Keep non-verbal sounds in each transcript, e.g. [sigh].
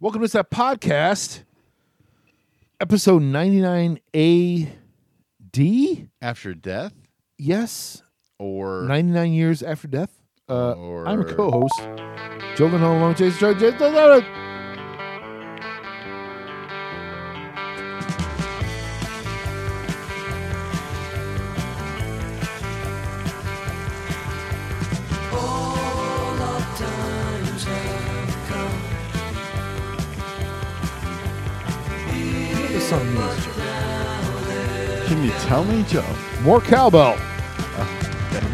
Welcome to that podcast, episode 99AD. After death Yes, or 99 years after death. Uh, I'm your Or- co host, Joe Lynn Home Alone, Jason Joe, Jason Joe- What this song means, Joe? Can you tell me, Joe? More cowbell.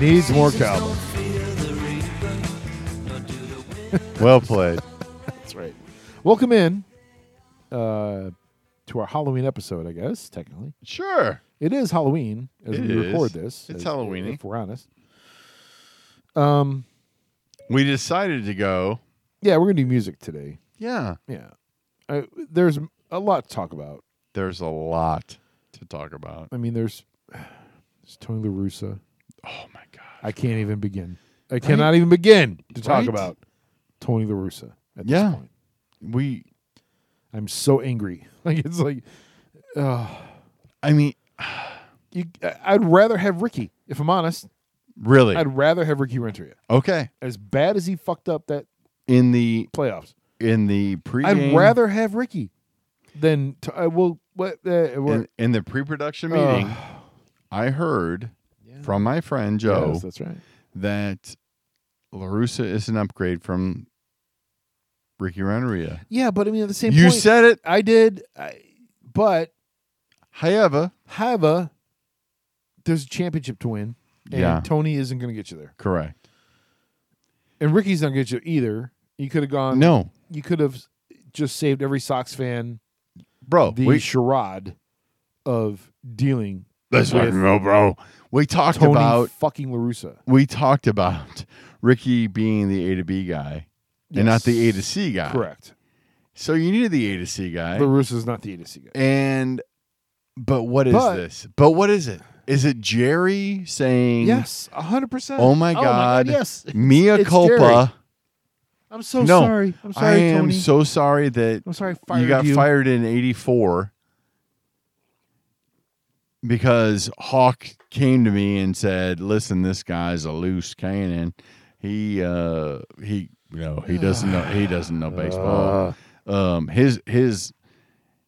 Needs more cowbell. [laughs] Well played. That's right. Welcome in uh, to our Halloween episode, I guess, technically. sure. It is Halloween as It we record is. this. It's as- Halloween-y. If we're honest. Um, We decided to go. yeah, we're going to do music today. Yeah. Yeah. I, there's a lot to talk about. There's a lot to talk about. I mean, there's, [sighs] there's Tony La Russa. Oh my god. I can't even begin. I cannot even begin to talk Right? about Tony La Russa at Yeah. this point. We I'm so angry. [laughs] Like, it's like, uh, I mean, you, I'd rather have Ricky, if I'm honest. really. I'd rather have Ricky Renteria. okay. As bad as he fucked up that In the playoffs, in the pre I'd rather have Ricky than t- I will. What? Uh, what in, in the pre-production uh, meeting, I heard yeah. from my friend Joe Yes, that's right. that Larusa is an upgrade from Ricky Renneria. Yeah, but I mean, at the same You point, said it. I did. I, but However, however, there's a championship to win, and Yeah. Tony isn't going to get you there, correct. and Ricky's not going to get you either. You could have gone. No, you could have just saved every Sox fan bro. the we, charade of dealing Let's with fucking go, bro. We talked Tony about fucking Larusa we talked about Ricky being the A to B guy and not the A to C guy. Correct. So you needed the A to C guy. Larusa's not the A to C guy. and but what is But- this? But what is it? Is it Jerry saying Yes, hundred percent. Oh my God. Yes, Mia It's Jerry. culpa? I'm so No, sorry. I'm I sorry, am Tony. so sorry that I'm sorry. I Fired you got fired in 84 because Hawk came to me and said, "Listen, this guy's a loose cannon. He uh he you know, he doesn't know he doesn't know Uh, baseball. Um his his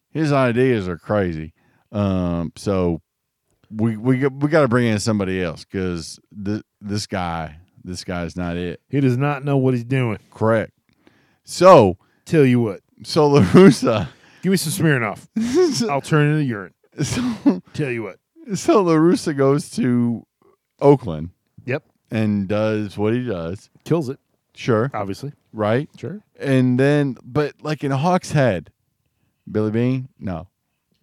his ideas are crazy. Um so we we got- we got to bring in somebody else cuz th- this guy this guy's not it. He does not know what he's doing. Correct. So, Tell you what. so LaRusa [laughs] Give me some Smirnoff. I'll turn it into urine. so, Tell you what. so LaRusa goes to Oakland Yep. and does what he does. Kills it. Sure. Obviously. Right. Sure. And then, but like in Hawk's head, Billy Bean, no.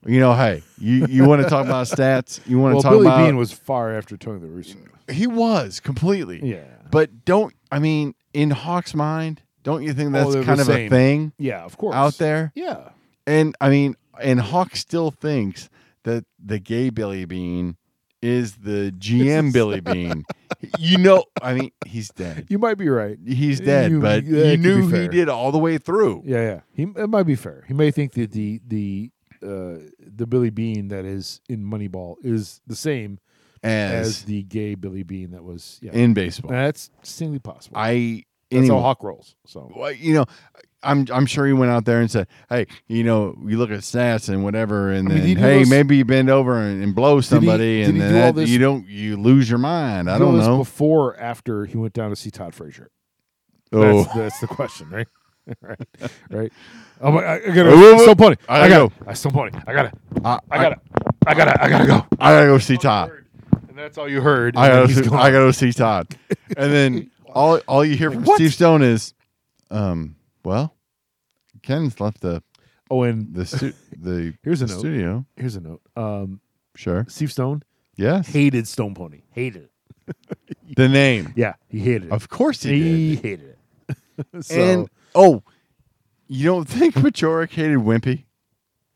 You know, hey, you, you want to talk about stats? You want to Well, talk Billy about. Bean was far after Tony the Russo. he was completely. Yeah. But don't, I mean, in Hawk's mind, don't you think Oh, that's they're the kind of same. a thing Yeah. Of course. out there? Yeah. And I mean, and Hawk still thinks that the gay Billy Bean is the GM Billy Bean. You know, I mean, he's dead. You might be right. He's dead, You- but that you could be knew he fair. did all the way through. Yeah. Yeah. He it might be fair. He may think that the the uh, the Billy Bean that is in Moneyball is the same as, As, the gay Billy Bean that was. Yeah. in baseball, That's seemingly possible. I That's how anyway, Hawk rolls. So well, you know, I'm I'm sure he went out there and said, "Hey, you know, you look at stats and whatever, I mean, and then did he do hey, those- maybe you bend over and, and blow somebody, did and he then do all that- this- you don't you lose your mind. I Do all don't this know. Before, or after he went down to see Todd Frazier. Oh, That's, that's the question, right? [laughs] right, right. Oh my! I, I gotta. Whoa, whoa, whoa. Still pony. I gotta got. I still pony. I gotta. I, I gotta. I gotta. I gotta go. I gotta go see Todd. And that's all you heard. I and then gotta, he's see, gone. I gotta see Todd. And [laughs] then all all you hear from What? Steve Stone is, um, well, Ken's left the Oh, and the [laughs] stu- the here's a note. studio. Here's a note. Um, Sure. Steve Stone Yes. hated Stone Pony. Hated it. The name. Yeah, he hated it. Of course he, he did. hated [laughs] it. so, And oh, you don't think Majorik hated Wimpy?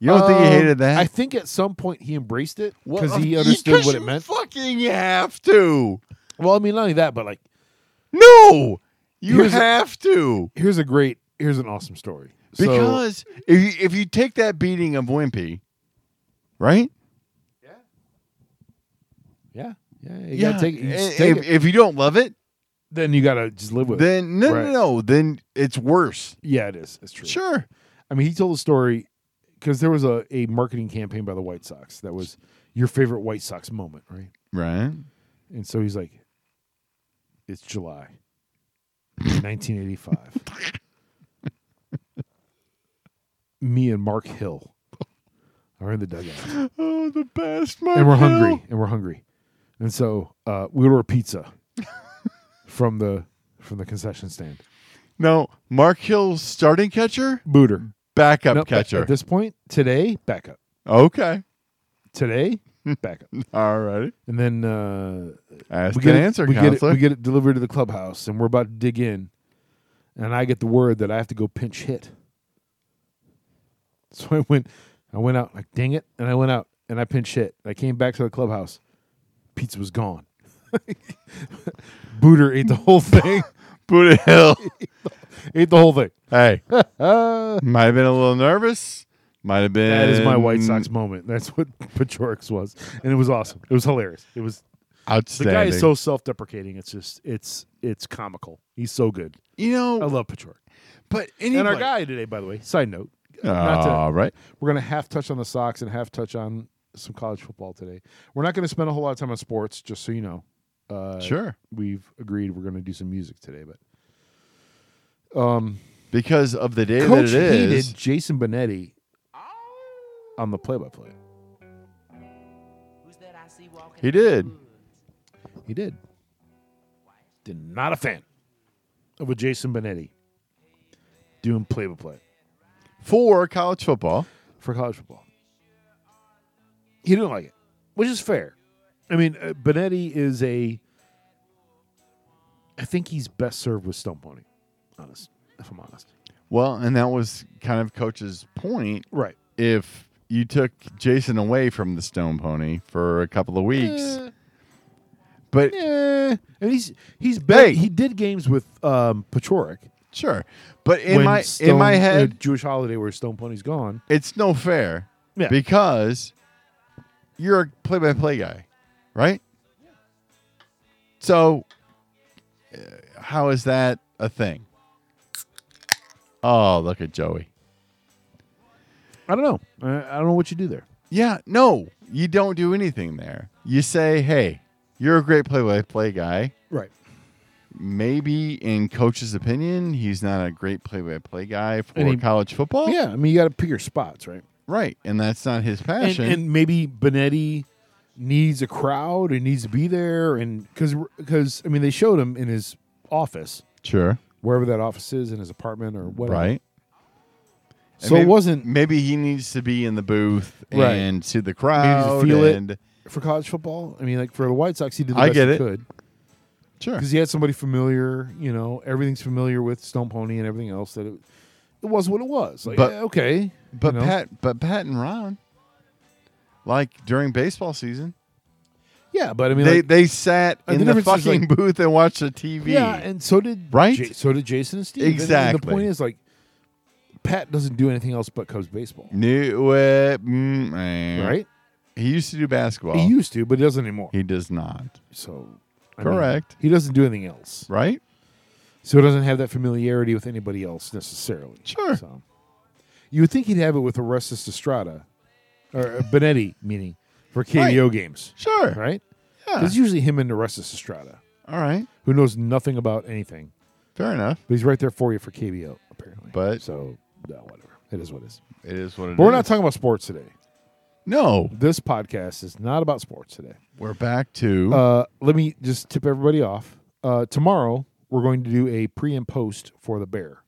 You don't think he um, hated that? I think at some point he embraced it Well, um, because of- he [laughs] you- understood 'cause what you it meant. Fucking have to. Well, I mean, not only that, but like, No, you Here's a- have to. here's a great, here's an awesome story. So- Because if you, if you take that beating of Wimpy, right? yeah, yeah, you gotta take, it. You just i- take if, it. if you don't love it, Then you gotta just live with it. then no, Right. no, no. Then it's worse. Yeah, it is. It's true. Sure. I mean, he told a story because there was a, a marketing campaign by the White Sox that was your favorite White Sox moment, right? Right. And so he's like, it's July [laughs] 1985. [laughs] Me and Mark Hill are in the dugout Oh, the best. and we're hungry and we're hungry. And so uh, we order a pizza from the from the concession stand. No, Mark Hill's starting catcher, Booter. backup No, catcher. At [laughs] this point, today, backup. okay. Today, backup. All righty. And then uh, Ask we an get it- answer, we get, it, counselor. we get it delivered to the clubhouse, and we're about to dig in. And I get the word that I have to go pinch hit. [laughs] So I went, I went out like, dang it! And I went out and I pinch hit. I came back to the clubhouse. Pizza was gone. [laughs] Booter ate the whole thing. [laughs] Buddha Hill. ate the whole thing. hey, Ah, might have been a little nervous. Might have been. that is my White Um, Sox moment. That's what [laughs] Pachorix was, and it was awesome. It was hilarious. It was the Outstanding. guy is so self-deprecating. It's just it's it's comical. He's so good. you I know, love Pachorix. but anyway. And our guy today, by the way, side note, not to- All right. we're going to half touch on the Sox and half touch on some college football today. We're not going to spend a whole lot of time on sports, just so you know. Uh, Sure. We've agreed we're going to do some music today, but um, Because of the day Coach that it is. hated Jason Benetti on the play-by-play. Who's that I see walking He out the did. woods? He did. Did not a fan of a Jason Benetti doing play-by-play for college football. for college football. He didn't like it, which is fair. I mean, uh, Benetti is a. I think he's best served with stump money, honest. If I'm honest, Well, and that was kind of coach's point. right? If you took Jason away from the Stone Pony for a couple of weeks, Eh, but eh. And he's he's been, Hey. he did games with um Pachoric sure. But in when my in Stone- my head, uh, Jewish holiday where Stone Pony's gone. it's no fair Yeah. because you're a play-by-play guy, right? So uh, how is that a thing? Oh, look at Joey. I don't know. I, I don't know what you do there. Yeah, no, you don't do anything there. You say, "Hey, you're a great play-by-play guy. Right. Maybe in coach's opinion, he's not a great play-by-play guy for And he- college football." Yeah, I mean you got to pick your spots, right? right. And that's not his and, passion. and maybe Benetti needs a crowd and needs to be there and because because I mean they showed him in his office sure, wherever that office is in his apartment or whatever right. And so maybe- it wasn't Maybe he needs to be in the booth Right. and see the crowd. feel it. and, for college football I mean like for the White Sox he did the I best get he it. could Sure. because he had somebody familiar you know everything's familiar with Stone Pony and everything else that it, it was what it was like But- yeah, okay But you know? Pat, but Pat and Ron, like during baseball season, yeah but I mean they like, they sat Uh, the in the, difference is, fucking [laughs] booth and watched the TV. yeah and so did Right? Ja- so did Jason and Steve And- and the Exactly. point is like Pat doesn't do anything else but Cubs baseball New, uh, mm, eh. right He used to do basketball. He used to, but he doesn't anymore. He does not. so I mean, Correct. he doesn't do anything else, right? so he doesn't have that familiarity with anybody else necessarily. Sure. So you would think he'd have it with Orestes Estrada or uh, Benetti, meaning for KBO games, Sure. right? Yeah. It's usually him and Orestes Estrada, All right. who knows nothing about anything, Fair enough. but he's right there for you for KBO apparently. But- so no, whatever, it is what it is. It is what it is. But we're not talking about sports today. No, This podcast is not about sports today. we're back to Uh, let me just tip everybody off. Uh, tomorrow we're going to do a pre and post for the bear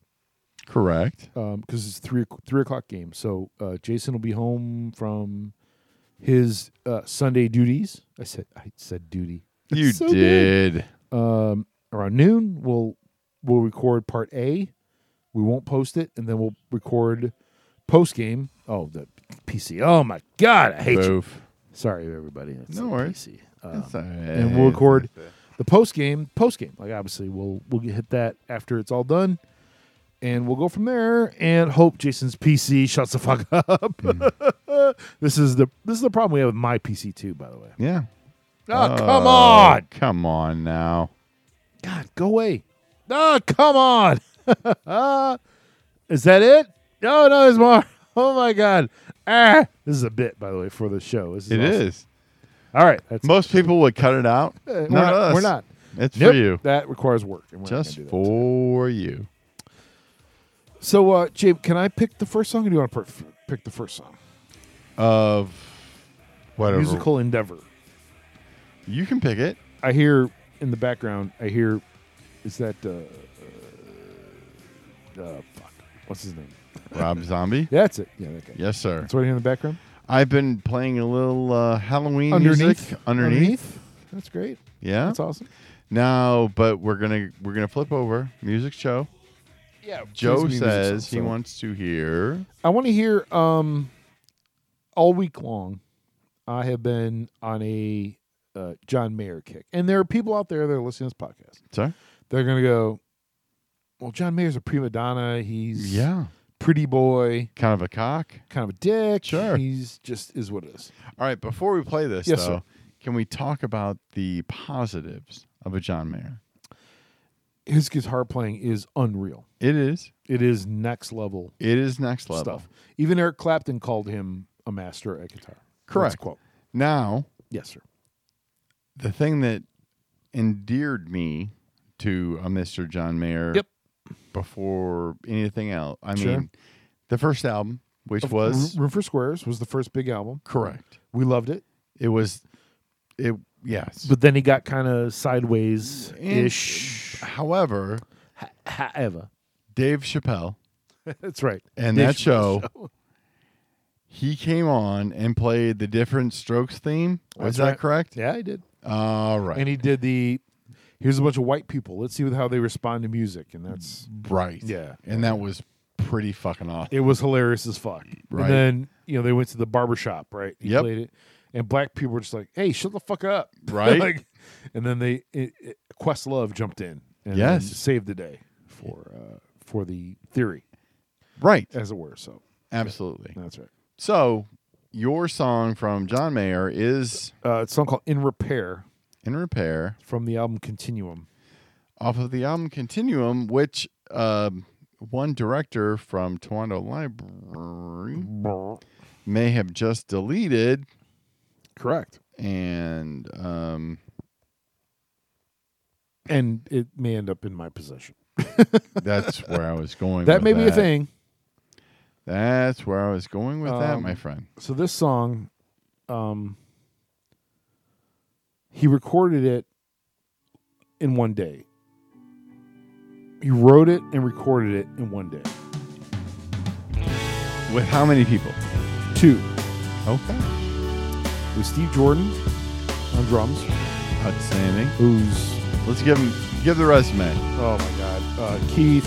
correct. because it's three o'c- three o'clock game. So uh, Jason will be home from his uh, Sunday duties. I said I said duty. That's You so good. did. Um, around noon we'll we'll record part A. We won't post it, and then we'll record post game. Oh, the PC. Oh my God, I hate you. Boof. Sorry, everybody. It's No the worries. PC. Um, That's all right. and we'll record the post game. Post game, like obviously, we'll we'll get hit that after it's all done, and we'll go from there and hope Jason's PC shuts the fuck [laughs] up. Hmm. [laughs] this is the this is the problem we have with my PC too, by the way. Yeah. Oh, come Oh, on. Come on now. God, go away. Oh, come on. [laughs] is that it? No, no, there's more. [laughs] Oh my god. Ah, this is a bit, by the way, for the show. This is It is. awesome. All right, that's Most people would cut it out. we're not not, us. We're not. It's Nope, for you. That requires work. and we're not Just gonna do that. for you. So, uh, Jabe, can I pick the first song, or do you want to pick the first song? Of whatever. Musical endeavor. You can pick it. I hear in the background. I hear, is that uh, uh, uh, fuck? What's his name? Rob Zombie. That's it. Yeah, that guy. Yes, sir. That's what I hear in the background. I've been playing a little uh, Halloween music underneath. That's great. Yeah. That's awesome. Now, but we're gonna we're gonna flip over music show. Yeah. Joe says he wants to hear. I want to hear um, all week long. I have been on a uh, John Mayer kick, and there are people out there that are listening to this podcast. Sorry. They're gonna go. Well, John Mayer's a prima donna. He's Yeah. pretty boy. Kind of a cock. kind of a dick. Sure. He's just is what it is. All right. Before we play this, Yes, though, sir. can we talk about the positives of a John Mayer? His guitar playing is unreal. It is. It is next level, It is next level. stuff. Even Eric Clapton called him a master at guitar. That's a Correct. quote. Now, Yes, sir. the thing that endeared me to a Mr. John Mayer Yep. before anything else, I Sure. mean, the first album, which Of- was Room for Squares was the first big album. correct. We loved it, It was, it, yes. but then he got kind of sideways And- ish. However, However, Dave Chappelle [laughs] that's right. and Dave that Chappelle's show, he came on and played the different strokes theme. That's Was that right. correct? Yeah, he did, All right. and he did the. Here's a bunch of white people. Let's see how they respond to music, and that's Right. Yeah. And that was pretty fucking awesome. It was hilarious as fuck. Right. And then, you know, they went to the barber shop, right? He Yep. played it. And black people were just like, hey, shut the fuck up. [laughs] Right. like, and then they, it, it, Questlove jumped in and Yes. then saved the day for, uh, for the theory, Right. as it were. So Absolutely. that's right. So, your song from John Mayer is Uh, it's a song called In Repair In Repair from the album Continuum. off of the album Continuum, which um, one director from Toronto Library may have just deleted. Correct. And um, And it may end up in my possession. that's where I was going. That with may be a thing. That's where I was going with that, Um, my friend. so this song um he recorded it in one day he wrote it and recorded it in one day With how many people? two Okay. with steve jordan on drums Outstanding. who's Let's give him give the resume. oh my god uh, keith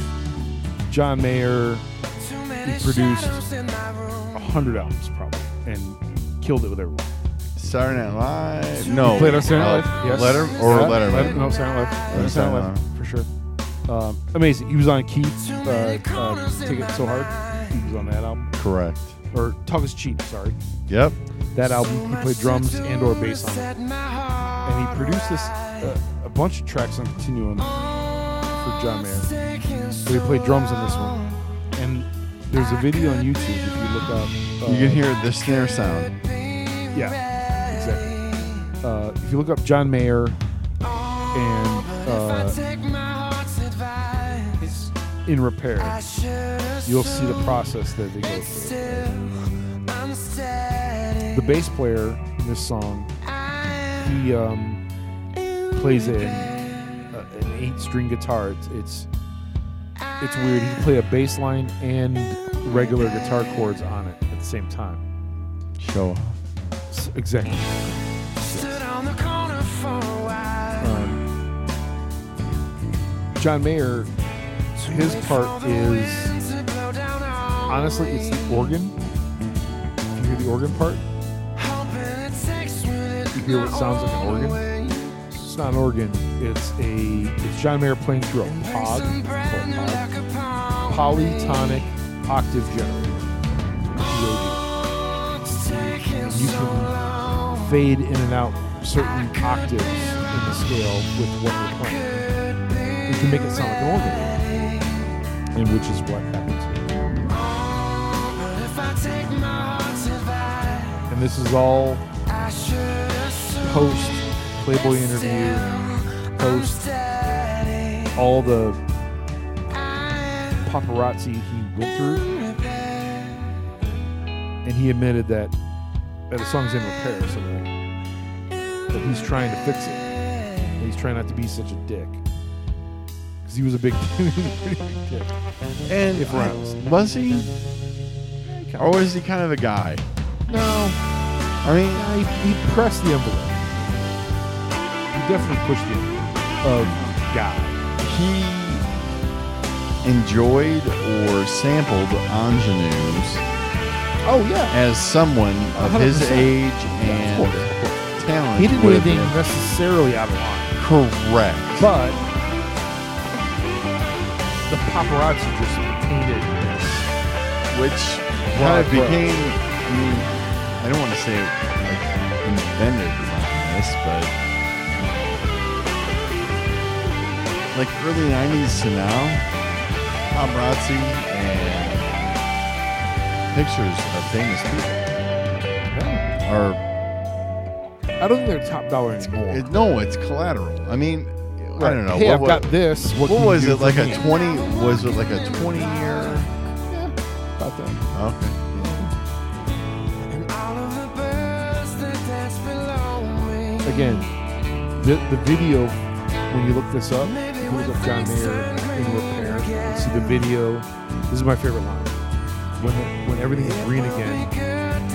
john mayer he produced a hundred albums probably and killed it with everyone Saturday Night Live. No. played on Saturday uh, Night Live. Yes. Letter or Yeah, Letterman. No, Saturday Night Live. Saturday Night Saturday Live for sure. Um, amazing. He was on Keith. Uh, uh, Take it so hard. He was on that album. Correct. Or Talk is cheap. Sorry, Yep. that album. He played drums and or bass on it, and he produced this uh, a bunch of tracks on Continuum for John Mayer. So he played drums on this one, and there's a video on YouTube if you look up. Uh, You can hear the snare sound. Yeah, exactly. Uh, if you look up John Mayer and uh, in repair, you'll see the process that they go through. The bass player in this song, he um, plays a, a- an eight-string guitar. It's, it's it's weird. He can play a bass line and regular guitar chords on it at the same time. Show off. S- Exactly. Um, John Mayer, his part is honestly, it's the organ. If you hear the organ part, you hear what sounds like an organ. It's not an organ. It's a. It's John Mayer playing through a pod. It's called a pod. polytonic octave generator. POD. You can fade in and out certain octaves in the scale with what you're playing. You can make it sound like an organ, and which is what happens here. And this is all post Playboy interview, post all the paparazzi he went through. And he admitted that, that the song's in repair, so that, that he's trying to fix it. And he's trying not to be such a dick. Because he was a big, [laughs] he was a pretty big dick. And If we're honest. was he, or was he kind of a guy? No, I mean, Yeah, he, he pressed the envelope. He definitely pushed the envelope of God. he enjoyed or sampled ingenues Oh yeah, as someone of his 100%. age Yeah, of and course, of course. talent. He didn't do would have anything been necessarily out of line, correct. but the paparazzi just painted this. which Well, well, it it became. I mean, I don't want to say like invented around this, but like early '90s to now, paparazzi and pictures of famous people are I don't think they're top dollar anymore. it, no, it's collateral. I mean, I don't know. Hey, I've wa- got this. What, what can you was do it for like? me? A twenty? Was it like a twenty-year? Yeah, about that. Okay. again, the, the video, when you look this up, you can look up John Mayer in repair. and see the video. This is my favorite line. When, when everything is green again,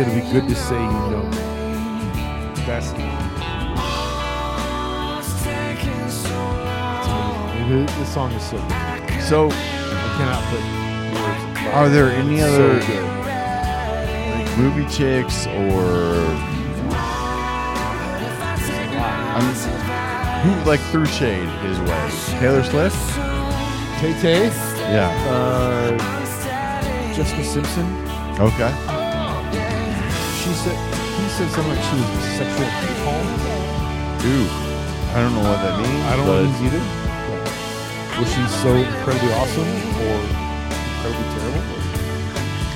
it'll be good to say you know. me. That's It's amazing. It- This song is so good. I So cannot put words. about Are it. there any It's other- So good. like movie chicks or I'm who like threw shade his way? Taylor Swift? Tay Tay, Yeah. uh, Jessica Simpson. Okay. She said he said something like she was a sexual appalled. Ooh. I don't know what that means. I don't know but these either. Was she so incredibly awesome or incredibly terrible?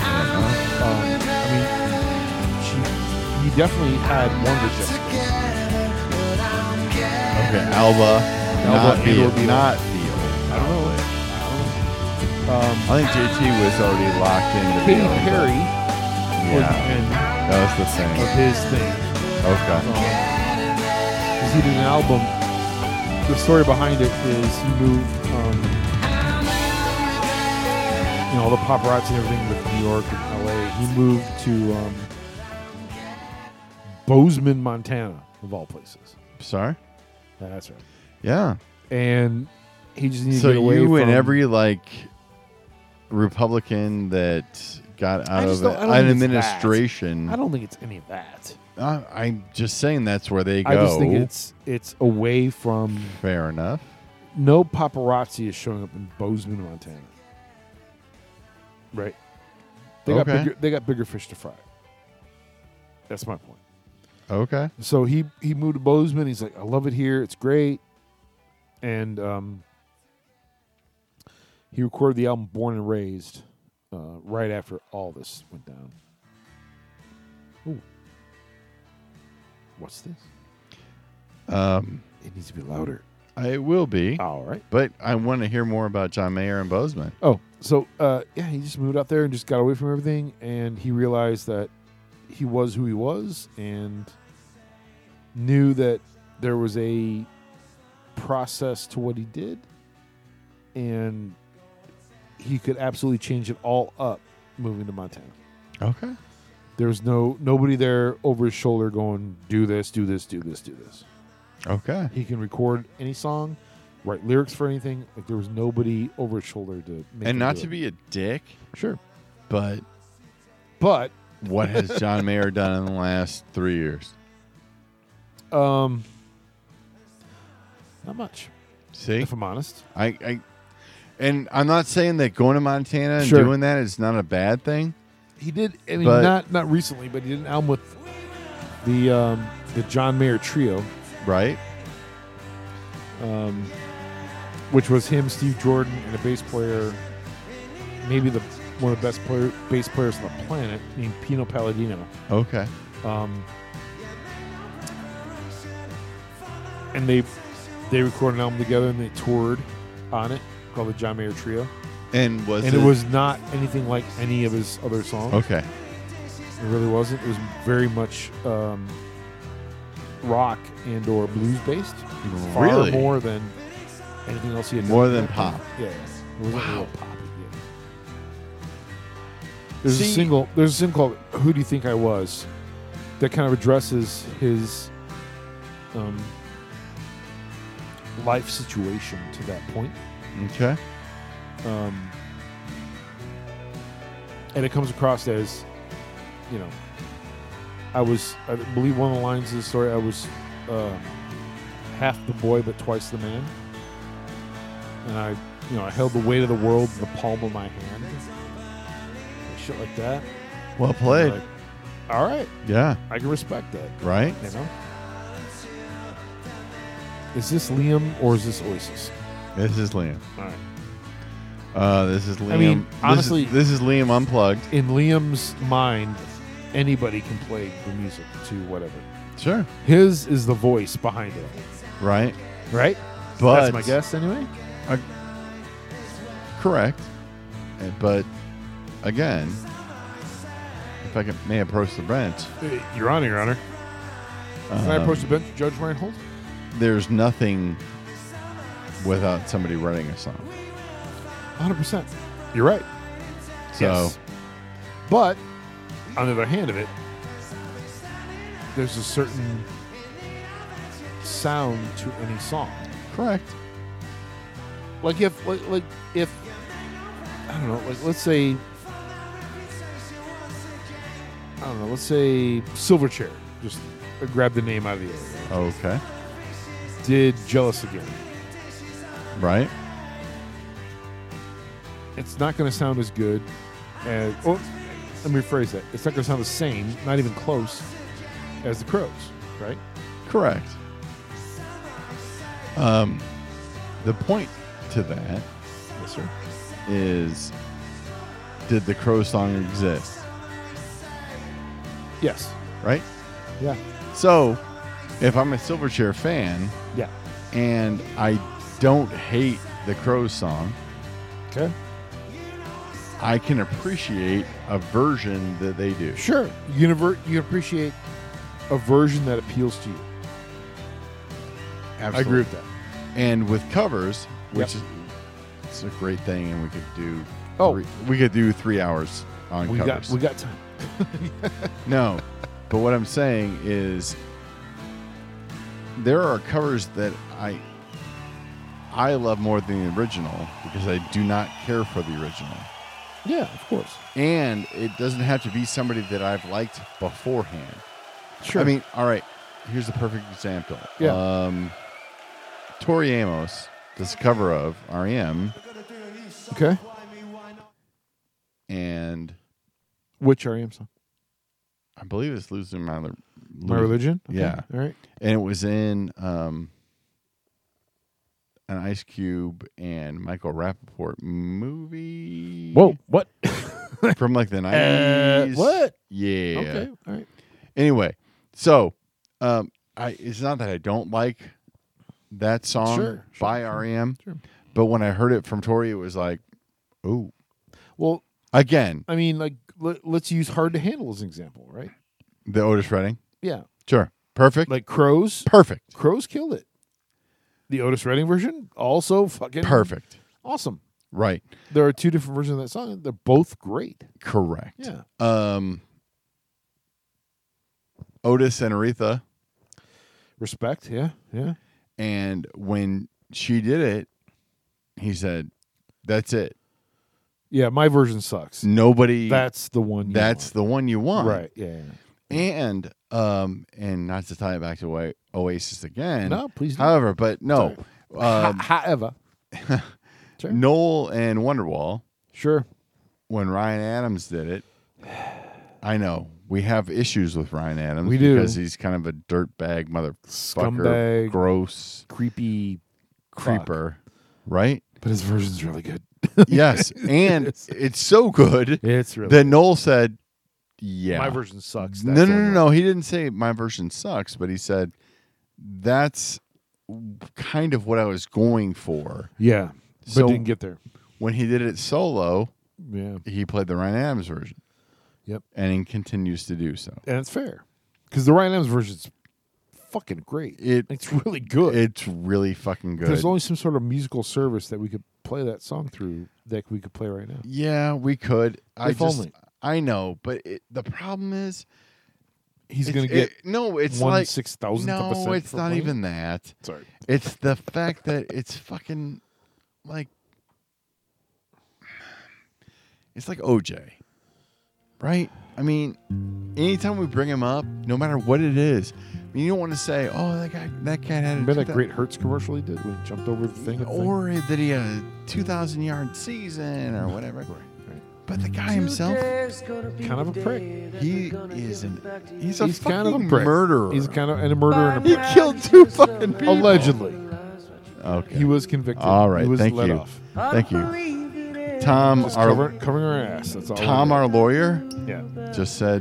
Um, I mean, she he definitely had wonder Jessica. Okay, Alba. Alba, not Beal. Beal, Beal. Not Beal. I don't know. I don't know. Um, I think JT was already locked into Katy Beal, but- Perry was Yeah. the That was the end of same. his thing. Okay. Because he did an album. The story behind it is he moved, um, you know, all the paparazzi and everything with New York and LA. He moved to um, Bozeman, Montana, of all places. Sorry? Yeah, that's right. Yeah. And he just needed So to get away you from and every like Republican that got out just of don't- I don't an think it's that. administration. I don't think it's any of that. I- I'm just saying that's where they go. I just think it's it's away from fair enough. no paparazzi is showing up in Bozeman, Montana. Right. They got Okay. bigger, they got bigger fish to fry. That's my point. Okay. So he he moved to Bozeman. He's like, I love it here. It's great. And um, he recorded the album Born and Raised uh, right after all this went down. Ooh. What's this? Um, It needs to be louder. it will be, All right. but I want to hear more about John Mayer and Bozeman. Oh, so uh, yeah, he just moved out there and just got away from everything, and he realized that he was who he was, and knew that there was a process to what he did, and he could absolutely change it all up moving to Montana. Okay. There was no nobody there over his shoulder going, "Do this, do this, do this, do this." Okay. He can record any song, write lyrics for anything. Like there was nobody over his shoulder to make him And not do to it. be a dick, sure, but but what has [laughs] John Mayer done in the last three years? Um, not much, See, if I'm honest. I, I And I'm not saying that going to Montana and Sure. doing that is not a bad thing. He did, I mean, But- not not recently, but he did an album with the um, the John Mayer Trio, Right. um, which was him, Steve Jordan, and a bass player, maybe the one of the best player, bass players on the planet, named Pino Palladino. Okay. Um, and they they recorded an album together and they toured on it called the John Mayer Trio. And was and it, was not anything like any of his other songs. okay. It really wasn't. It was very much um, rock and or blues based. Far Really? more than anything else he had. More done. than pop. Yeah. It wasn't Wow. real poppy. Yeah. There's a See- single. There's a single called "Who Do You Think I Was," that kind of addresses his um, life situation to that point. Okay. Um, and it comes across as, you know, I was, I believe one of the lines of the story, I was um half the boy but twice the man. And I, you know, I held the weight of the world in the palm of my hand. Like, Shit like that. Well played. Like, All right, Yeah. I can respect that. Right. You know? Is this Liam or is this Oasis? This is Liam. All right. Uh, this is Liam. I mean, This is- honestly- this is Liam unplugged. in Liam's mind, anybody can play the music to whatever. Sure. His is the voice behind it, Right. right? But That's my guess, anyway. Correct. Uh, But again, if I can, may I approach the bench. Uh, Your Honor, Your Honor. Can I um, approach the bench, Judge Reinhold? There's nothing without somebody writing a song. 100%. You're right. So But on the other hand of it, there's a certain sound to any song. correct. Like if, like, like if, I don't know, like let's say, I don't know, let's say Silverchair. Just uh, grab the name out of the air. Okay. Did Jealous Again. Right. It's not going to sound as good as, or let me rephrase that. It's not going to sound the same, not even close, as The Crows, right? Correct. Um, the point to that Yes, sir. is, did the crow song exist? Yes. Right. Yeah. So, if I'm a Silverchair fan Yeah. and I don't hate the crow song, Okay. I can appreciate a version that they do. Sure. You, can aver- you can appreciate a version that appeals to you. I agree with that. And with covers, which Yep. is it's a great thing, and we could do. Oh. three- we could do three hours on We covers. got, we got time. no, but what I'm saying is, there are covers that I I love more than the original because I do not care for the original, Yeah, of course. and it doesn't have to be somebody that I've liked beforehand. Sure. I mean, all right. Here's the perfect example. Yeah. Um, Tori Amos, this cover of E REM, okay. and Which REM song? I believe it's losing my, Lo- My religion. Okay. Yeah. All right. and it was in um, an Ice Cube and Michael Rappaport movie. What? [laughs] [laughs] From like the Uh, nineties. what? Yeah. Okay. All right. Anyway, so um, I it's not that I don't like that song Sure, sure, by sure, REM, sure. but when I heard it from Tori, it was like, oh, Well, again I mean, like, let, let's use "Hard to Handle" as an example, right? the Otis Redding. Yeah. Sure, perfect, Like Crows. perfect, Crows killed it. The Otis Redding version also fucking perfect. awesome. Right, There are two different versions of that song. They're both great. correct. Yeah. Um, Otis and Aretha, Respect. Yeah. Yeah. and when she did it, he said, "That's it. Yeah. My version sucks. Nobody. That's the one. you that's the one you want. want." right. Yeah. yeah, and um and not to tie it back to Oa- Oasis yeah. again. No, please. don't. However, but no. Sorry. Um, Ho- however, Sure. uh, Noel and Wonderwall, Sure. when Ryan Adams did it, I know we have issues with Ryan Adams We do. because he's kind of a dirtbag motherfucker, Scumbag. gross Creepy fuck. creeper, [laughs] right? But his version's really good. yes, and It's- it's, so good It's really that Noel said, "Yeah, My version sucks. No, that's no, all no, right. no. He didn't say my version sucks, but he said that's kind of what I was going for. Yeah. But So- didn't get there. When he did it solo, Yeah. he played the Ryan Adams version. Yep. And he continues to do so. And it's fair. Because the Ryan Adams version's fucking great. It it's really good. it's really fucking good. There's only some sort of musical service that we could play that song through that we could play right now. yeah, we could. I If just only. I know, but it, the problem is He's it's- going to get it- no. It's one like six thousandth of a no. cent It's for not playing? even that. Sorry. It's the fact that it's fucking like it's like OJ, right? I mean, anytime we bring him up, no matter what it is, I mean, you don't want to say, "Oh, that guy, that cat had a Remember that 2000 great Hertz commercial he did when he jumped over the thing? and thing? or that he had a two thousand yard season or whatever." Right, right. But the guy himself, Kind of a prick. he is an he's a He's fucking kind of a prick. murderer. He's kind of and a murderer and a he prick. killed two fucking people. Allegedly. Okay. He was convicted. All right, He was thank let you. off. Thank you, Tom. Just our- covering, covering her ass. That's all. Tom, our lawyer, Yeah. just said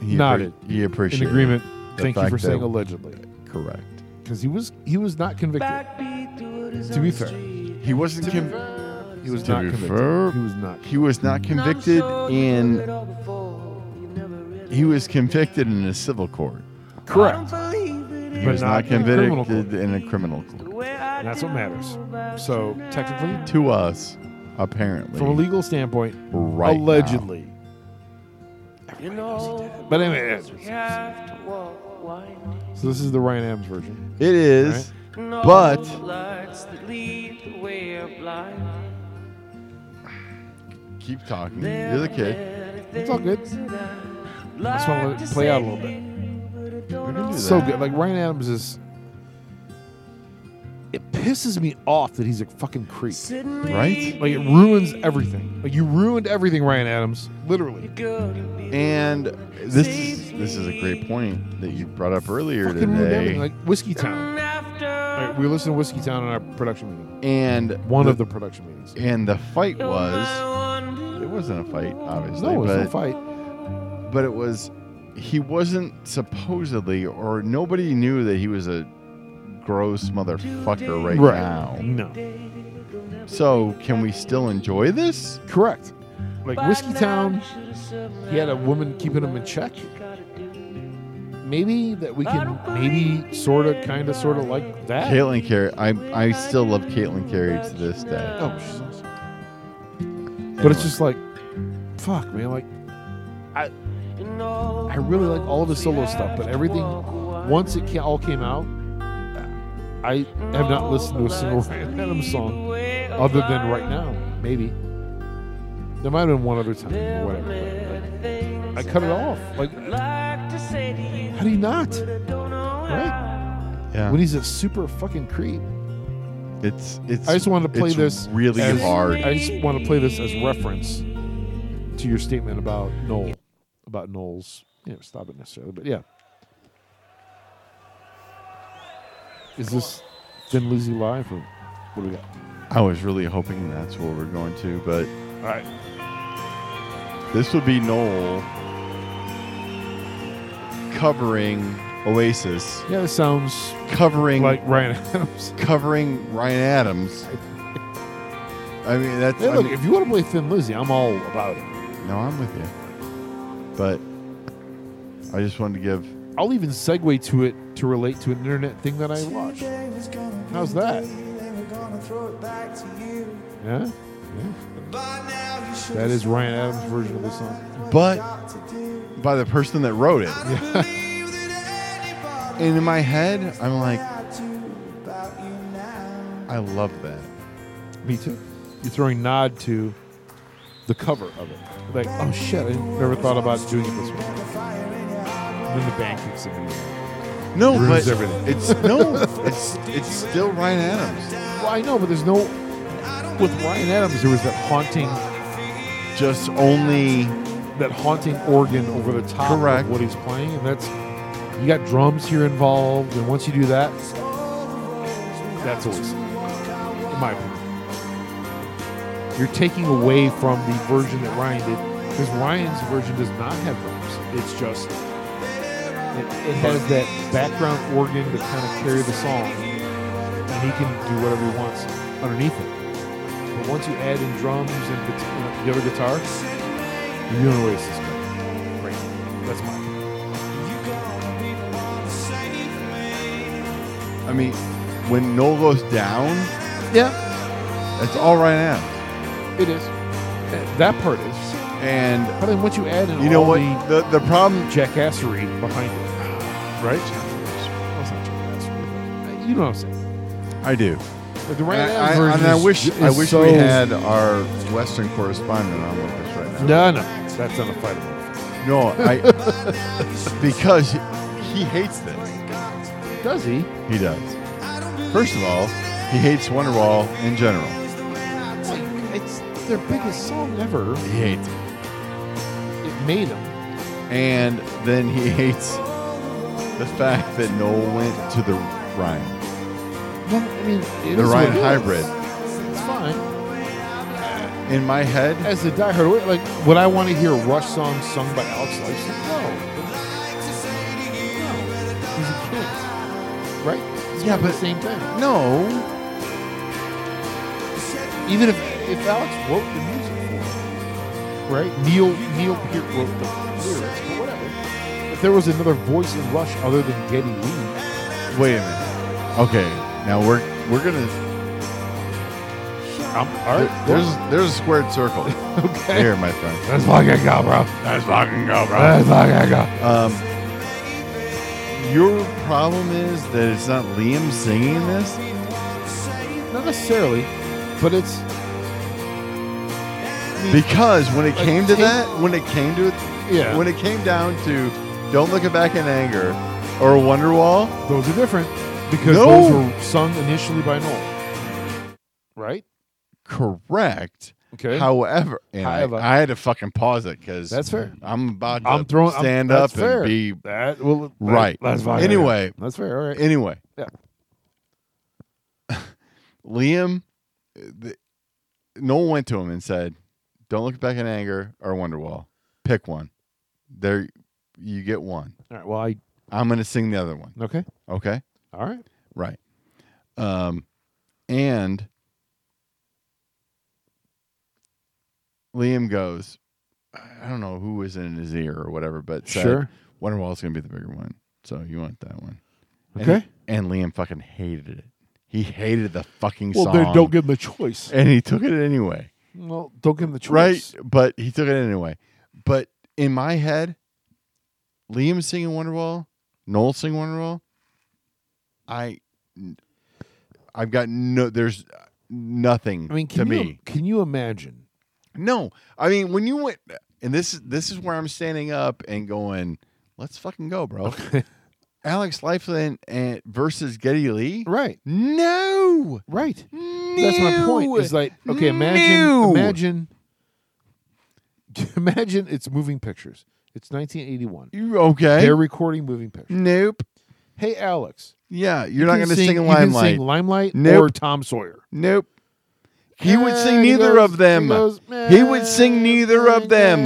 he appre- Nodded. he In appreciated agreement. The Thank you fact for that- saying allegedly. it. Correct. Because he was he was not convicted. To be fair, he He wasn't conv- was To not be convicted. fair- He was not. he was not convicted in he was convicted in a civil court. Correct. He But was not not in a criminal convicted in a criminal court. That's what matters. So technically, To us, apparently. from a legal standpoint, right now. allegedly. But anyway, yeah. so this is the Ryan Adams version. It is, but keep talking. You're the kid. It's all good. I just want to let it play out a little bit. We can do So that. good. Like Ryan Adams is. It pisses me off that he's a fucking creep. Right? Like it ruins everything. Like you ruined everything, Ryan Adams. Literally. And this is this is a great point that you brought up earlier Fucking ruined everything. today. Like Whiskey Town. Like, we listened to Whiskey Town in our production meeting. And One of the production meetings. and the fight was it wasn't a fight obviously No, it was but, no fight. but it was he wasn't supposedly or nobody knew that he was a gross motherfucker right, now No. so can we still enjoy this Correct. Like Whiskey Town, he had a woman keeping him in check. Maybe that we can maybe sort of, kind of, sort of like that. caitlin carey i i still love caitlin carey to this day Oh, she's awesome. But Anyway, it's just like, fuck, man. Like, I, I really like all of his solo stuff, but everything once it ca- all came out, I have not listened to a single [laughs] Ryan Adams song other than right now. Maybe there might have been one other time, or whatever. but, like, I cut it off. Like, how do you not? Right? yeah, When he's a super fucking creep. it's it's I just wanted to play it's this really as- hard I just want to play this as reference to your statement about Noel, about Noel's. You know, stop it necessarily, but yeah. Is this Thin Lizzy live or what do we got? i was really hoping that's where we're going to but All right, This would be Noel covering Oasis, yeah, this sounds covering like Ryan [laughs] Adams. covering Ryan Adams. I mean, that's Hey, I look, mean- if you want to play Thin Lizzy, I'm all about it. no, I'm with you. But I just wanted to give. I'll even segue to it to relate to an internet thing that I watched. How's that? Yeah, that is Ryan Adams' version of the song. But by the person that wrote it. And in my head, I'm like, I love that. Me too. You're throwing nod to the cover of it. Like, oh shit, I never thought about doing it this way. And then the band kicks in. No, Ruins but everything. it's no, it's it's still Ryan Adams. Well, I know, but there's no. with Ryan Adams, there was that haunting, Just only that haunting organ over the top Correct. of what he's playing, and that's you got drums here involved, and once you do that, that's always, in my opinion, you're taking away from the version that Ryan did because Ryan's version does not have drums. It's just it, it has that background organ to kind of carry the song, and he can do whatever he wants underneath it. But once you add in drums and guit- you know, the other guitar, you're doing Oasis. man. Great. That's my opinion. I mean, when Noel goes down, Yeah, that's all right now. it is. Uh, That part is. And But then once you add in you know all what? the The the problem jackassery behind it, [sighs] right? Well, it's not jackassery, but, uh, You know what I'm saying? I do. Like the Ryan and I, Adams I- version and I is- wish I is wish so- we had our Western correspondent on with us right now. No, no, that's not a fight. No, I [laughs] because he hates this. Does he? He does. First of all, he hates Wonderwall in general. Like, it's their biggest song ever. He hates it. It made them. And then he hates the fact that Noel went to the Ryan, Well, I mean, it the is Ryan what it is. hybrid. It's fine. In my head, As a diehard, like, would I want to hear a Rush song sung by Alex Lifeson? No. No. He's a kid, right? It's kind Yeah, of the but- same thing. no. Even if if Alex wrote the music for it, right? Neil Neil Peart wrote the lyrics, but whatever. If there was another voice in Rush other than Geddy Lee, Wait a minute. Okay, now we're we're gonna. I'm all right. There's there's a squared circle [laughs] okay. here, my friend. Let's fucking go, bro. Let's fucking go, bro. Let's fucking go. Um, your problem is that it's not Liam singing this. Not necessarily, but it's Because when it Like, came to take- that, when it came to yeah. when it came down to "Don't Look Back in Anger" or "Wonderwall," those are different because No. those were sung initially by Noel, right? correct. Okay. However, and I, However. I had to fucking pause it because That's fair. I'm about to I'm throwing. I'm- stand up that's and fair. be that. Well, that- right. That's fine. Anyway, that's fair. All right. anyway, Yeah. [laughs] Liam, the, Noel went to him and said, "Don't Look Back in Anger" or "Wonderwall." Pick one. There, you get one. all right. Well, I I'm gonna sing the other one. okay. Okay. All right. Right. Um, and Liam goes, I don't know who was in his ear or whatever, but said, Sure. Wonderwall's going to be the bigger one. So you want that one. And- Okay. And, Liam fucking hated it. He hated the fucking Well, song. then don't give him the choice. and he took it anyway. Well, don't give him the choice. Right? But he took it anyway. But in my head, Liam singing Wonderwall, Noel singing Wonderwall, I, I've got no. There's nothing I mean, to can you me. can you imagine? No, I mean when you went, and this is this is where I'm standing up and going, let's fucking go, bro. [laughs] Alex Lifeland and versus Getty Lee. Right. No, Right. That's my point. Is like okay, imagine, No. imagine, [laughs] imagine it's moving pictures. It's 1981. you okay? They're recording moving pictures. nope. Hey, Alex, Yeah, you're you not can going to sing, you can Limelight. sing Limelight Nope. or Tom Sawyer. Nope. He would And sing he neither goes- of them. He, goes, He would sing neither of them.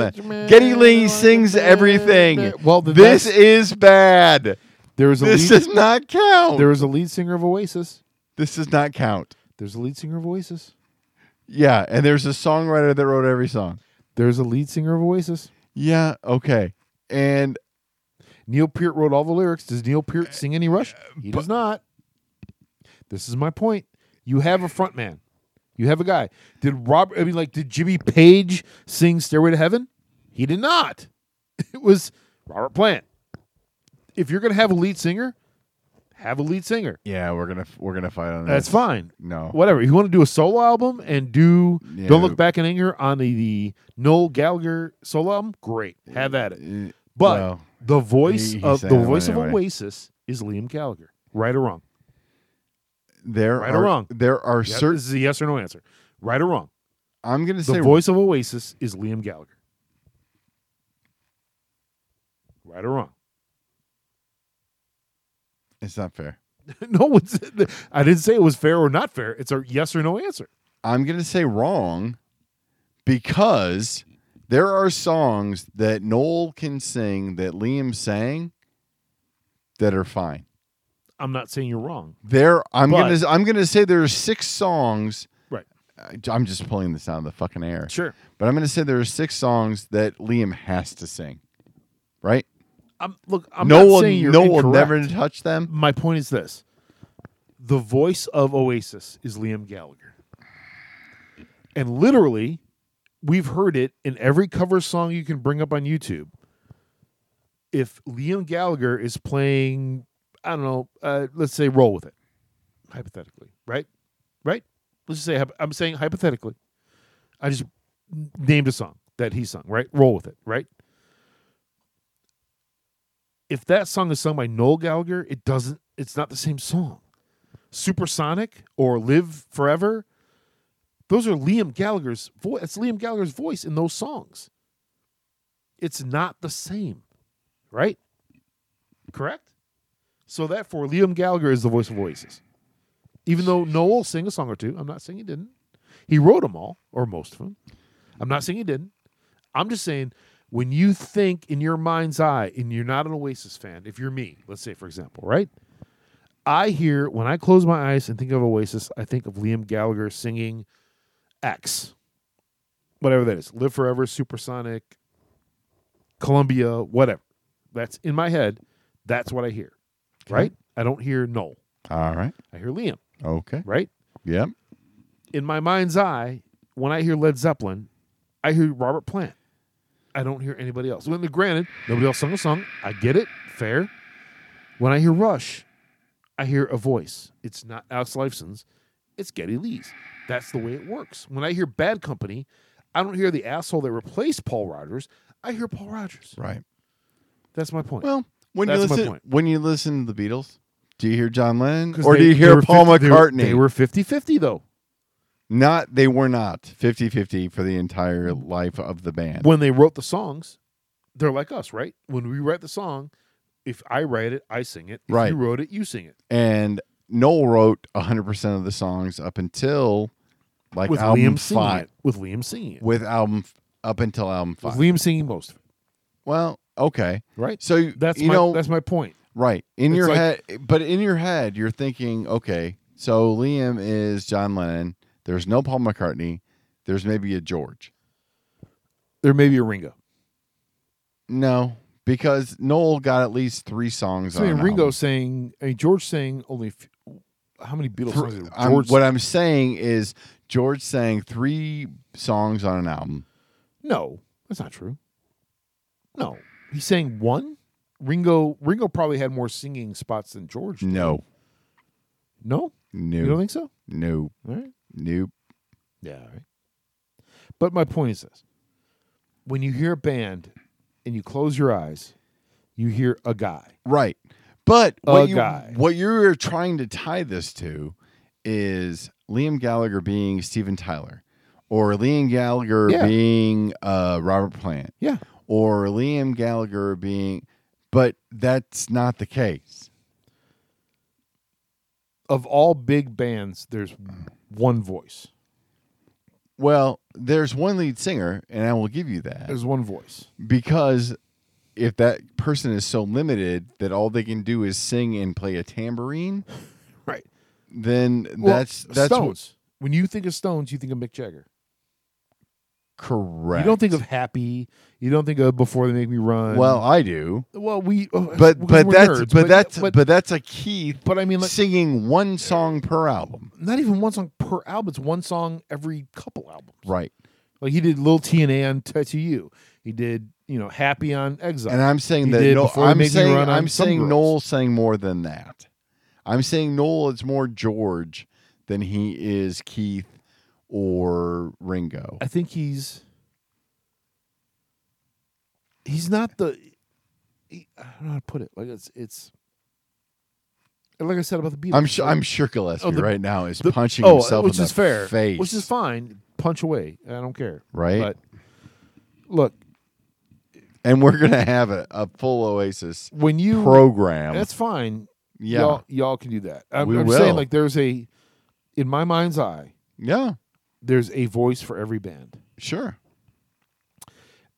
Geddy Lee sings everything. Well, then Uh, This that's- is bad. there was a This lead, does not count. there was a lead singer of Oasis. this does not count. There's a lead singer of Oasis. Yeah, and there's a songwriter that wrote every song. There's a lead singer of Oasis. Yeah, okay. And Neil Peart wrote all the lyrics. Does Neil Peart sing any Rush? He does not. This is my point. You have a front man. You have a guy. Did Rob? I mean, like, did Jimmy Page sing "Stairway to Heaven"? He did not. [laughs] It was Robert Plant. If you're going to have a lead singer, have a lead singer. yeah, we're gonna we're gonna fight on That's this. fine. No, Whatever. You want to do a solo album and do Yeah. "Don't Look Back in Anger" on the, the Noel Gallagher solo album? Great. Have at it. But Well, the voice he- he of sang the that one voice of anyway. Oasis is Liam Gallagher. Right or wrong? there Right are or wrong? there are Yeah, certain this is a yes or no answer. Right or wrong, I'm gonna the say voice of Oasis is Liam Gallagher. Right or wrong? [laughs] it's not fair. no, it's, I didn't say it was fair or not fair. It's a yes or no answer. I'm gonna say wrong because there are songs that Noel can sing that Liam sang that are fine. I'm not saying you're wrong. There, I'm But- gonna I'm gonna say there are six songs. Right. I- I'm just pulling this out of the fucking air, Sure. but I'm gonna say there are six songs that Liam has to sing. Right? I'm look. I'm no not one, saying you're no one will incorrect. never touch them. My point is this: the voice of Oasis is Liam Gallagher, and literally, we've heard it in every cover song you can bring up on YouTube. If Liam Gallagher is playing, I don't know, uh, let's say "Roll with It," hypothetically, right? Right? Let's just say hypo- I'm saying hypothetically. I just named a song that he sung, right? "Roll with It," right? if that song is sung by Noel Gallagher, it doesn't. It's not the same song. Supersonic or Live Forever, those are Liam Gallagher's voice. It's Liam Gallagher's voice in those songs. It's not the same, right? Correct. So therefore, Liam Gallagher is the voice of Oasis. Even though Noel sang a song or two, I'm not saying he didn't. He wrote them all or most of them. I'm not saying he didn't. I'm just saying when you think in your mind's eye and you're not an Oasis fan, if you're me, let's say for example, right? I hear when I close my eyes and think of Oasis, I think of Liam Gallagher singing X. Whatever that is. Live Forever, Supersonic, Columbia, whatever. That's in my head. That's what I hear. Right? I don't hear Noel. All right. I hear Liam, Okay. right? Yep. in my mind's eye, when I hear Led Zeppelin, I hear Robert Plant. I don't hear anybody else. Well, granted, nobody else sung a song. I get it. Fair. When I hear Rush, I hear a voice. It's not Alex Lifeson's. It's Getty Lee's. That's the way it works. When I hear Bad Company, I don't hear the asshole that replaced Paul Rogers. I hear Paul Rogers. Right. That's my point. Well, when you That's my listen point. when you listen to the Beatles, do you hear John Lennon 'Cause or they- do you they hear were Paul 50 they were- McCartney? They were 50-50, though, Not they were not 50-50 for the entire life of the band. when they wrote the songs, they're like us, right? When we write the song, if I write it, I sing it. If Right. you wrote it, you sing it. and Noel wrote 100% of the songs up until like with album Liam singing 5 it. With Liam singing it. with album f- up until album With 5. Liam singing most of it. well, okay. Right. So you- That's you my know that's my point. right. In it's your like- head but in your head you're thinking, okay, so Liam is John Lennon, there's no Paul McCartney, there's maybe a George. There may be a Ringo. No, because Noel got at least 3 songs So I on mean, an Ringo album. saying I mean, George saying only a few, how many Beatles Thr- songs did I'm- George what I'm saying is George sang 3 songs on an album. No, that's not true. No. He's saying one? Ringo Ringo probably had more singing spots than George. did. No. No? You don't No. think so? No. All right. Nope. Yeah. all right. But my point is this when you hear a band and you close your eyes, you hear a guy. Right. But what A you guy. what you're trying to tie this to is Liam Gallagher being Steven Tyler or Liam Gallagher Yeah. being uh, Robert Plant Yeah. or Liam Gallagher being but that's not the case. Of all big bands, there's one voice. Well, there's one lead singer and I will give you that There's one voice. because if that person is so limited that all they can do is sing and play a tambourine, Right. then that's that's what- Stones. when you think of Stones, you think of Mick Jagger. correct. You don't think of Happy. You don't think of Before They Make Me Run. Well, I do. well, we. oh, because but but we're that's nerds, but, that's but, but, that's a key but I mean, like, singing one song per album not even one song per album. It's one song every couple albums. right Like he did Lil TNA on Tattoo You. He did, you know, Happy on Exile. and i'm saying He that did no, before i'm Making saying Run on i'm Some saying Girls. noel sang more than that i'm saying noel is more george than he is keith or ringo I think he's he's not the he, I don't know how to put it. Like it's it's and like I said about the Beatles, I'm sure. I'm sure Gillespie Oh, the- right now is the- punching oh, himself which in is the fair, face, which is fine. Punch away. I don't care. right? But look, and we're gonna have a, a full Oasis when you program. that's fine. yeah, Y'all, y'all can do that. I'm, We I'm saying will. like there's a, in my mind's eye, yeah, there's a voice for every band. sure.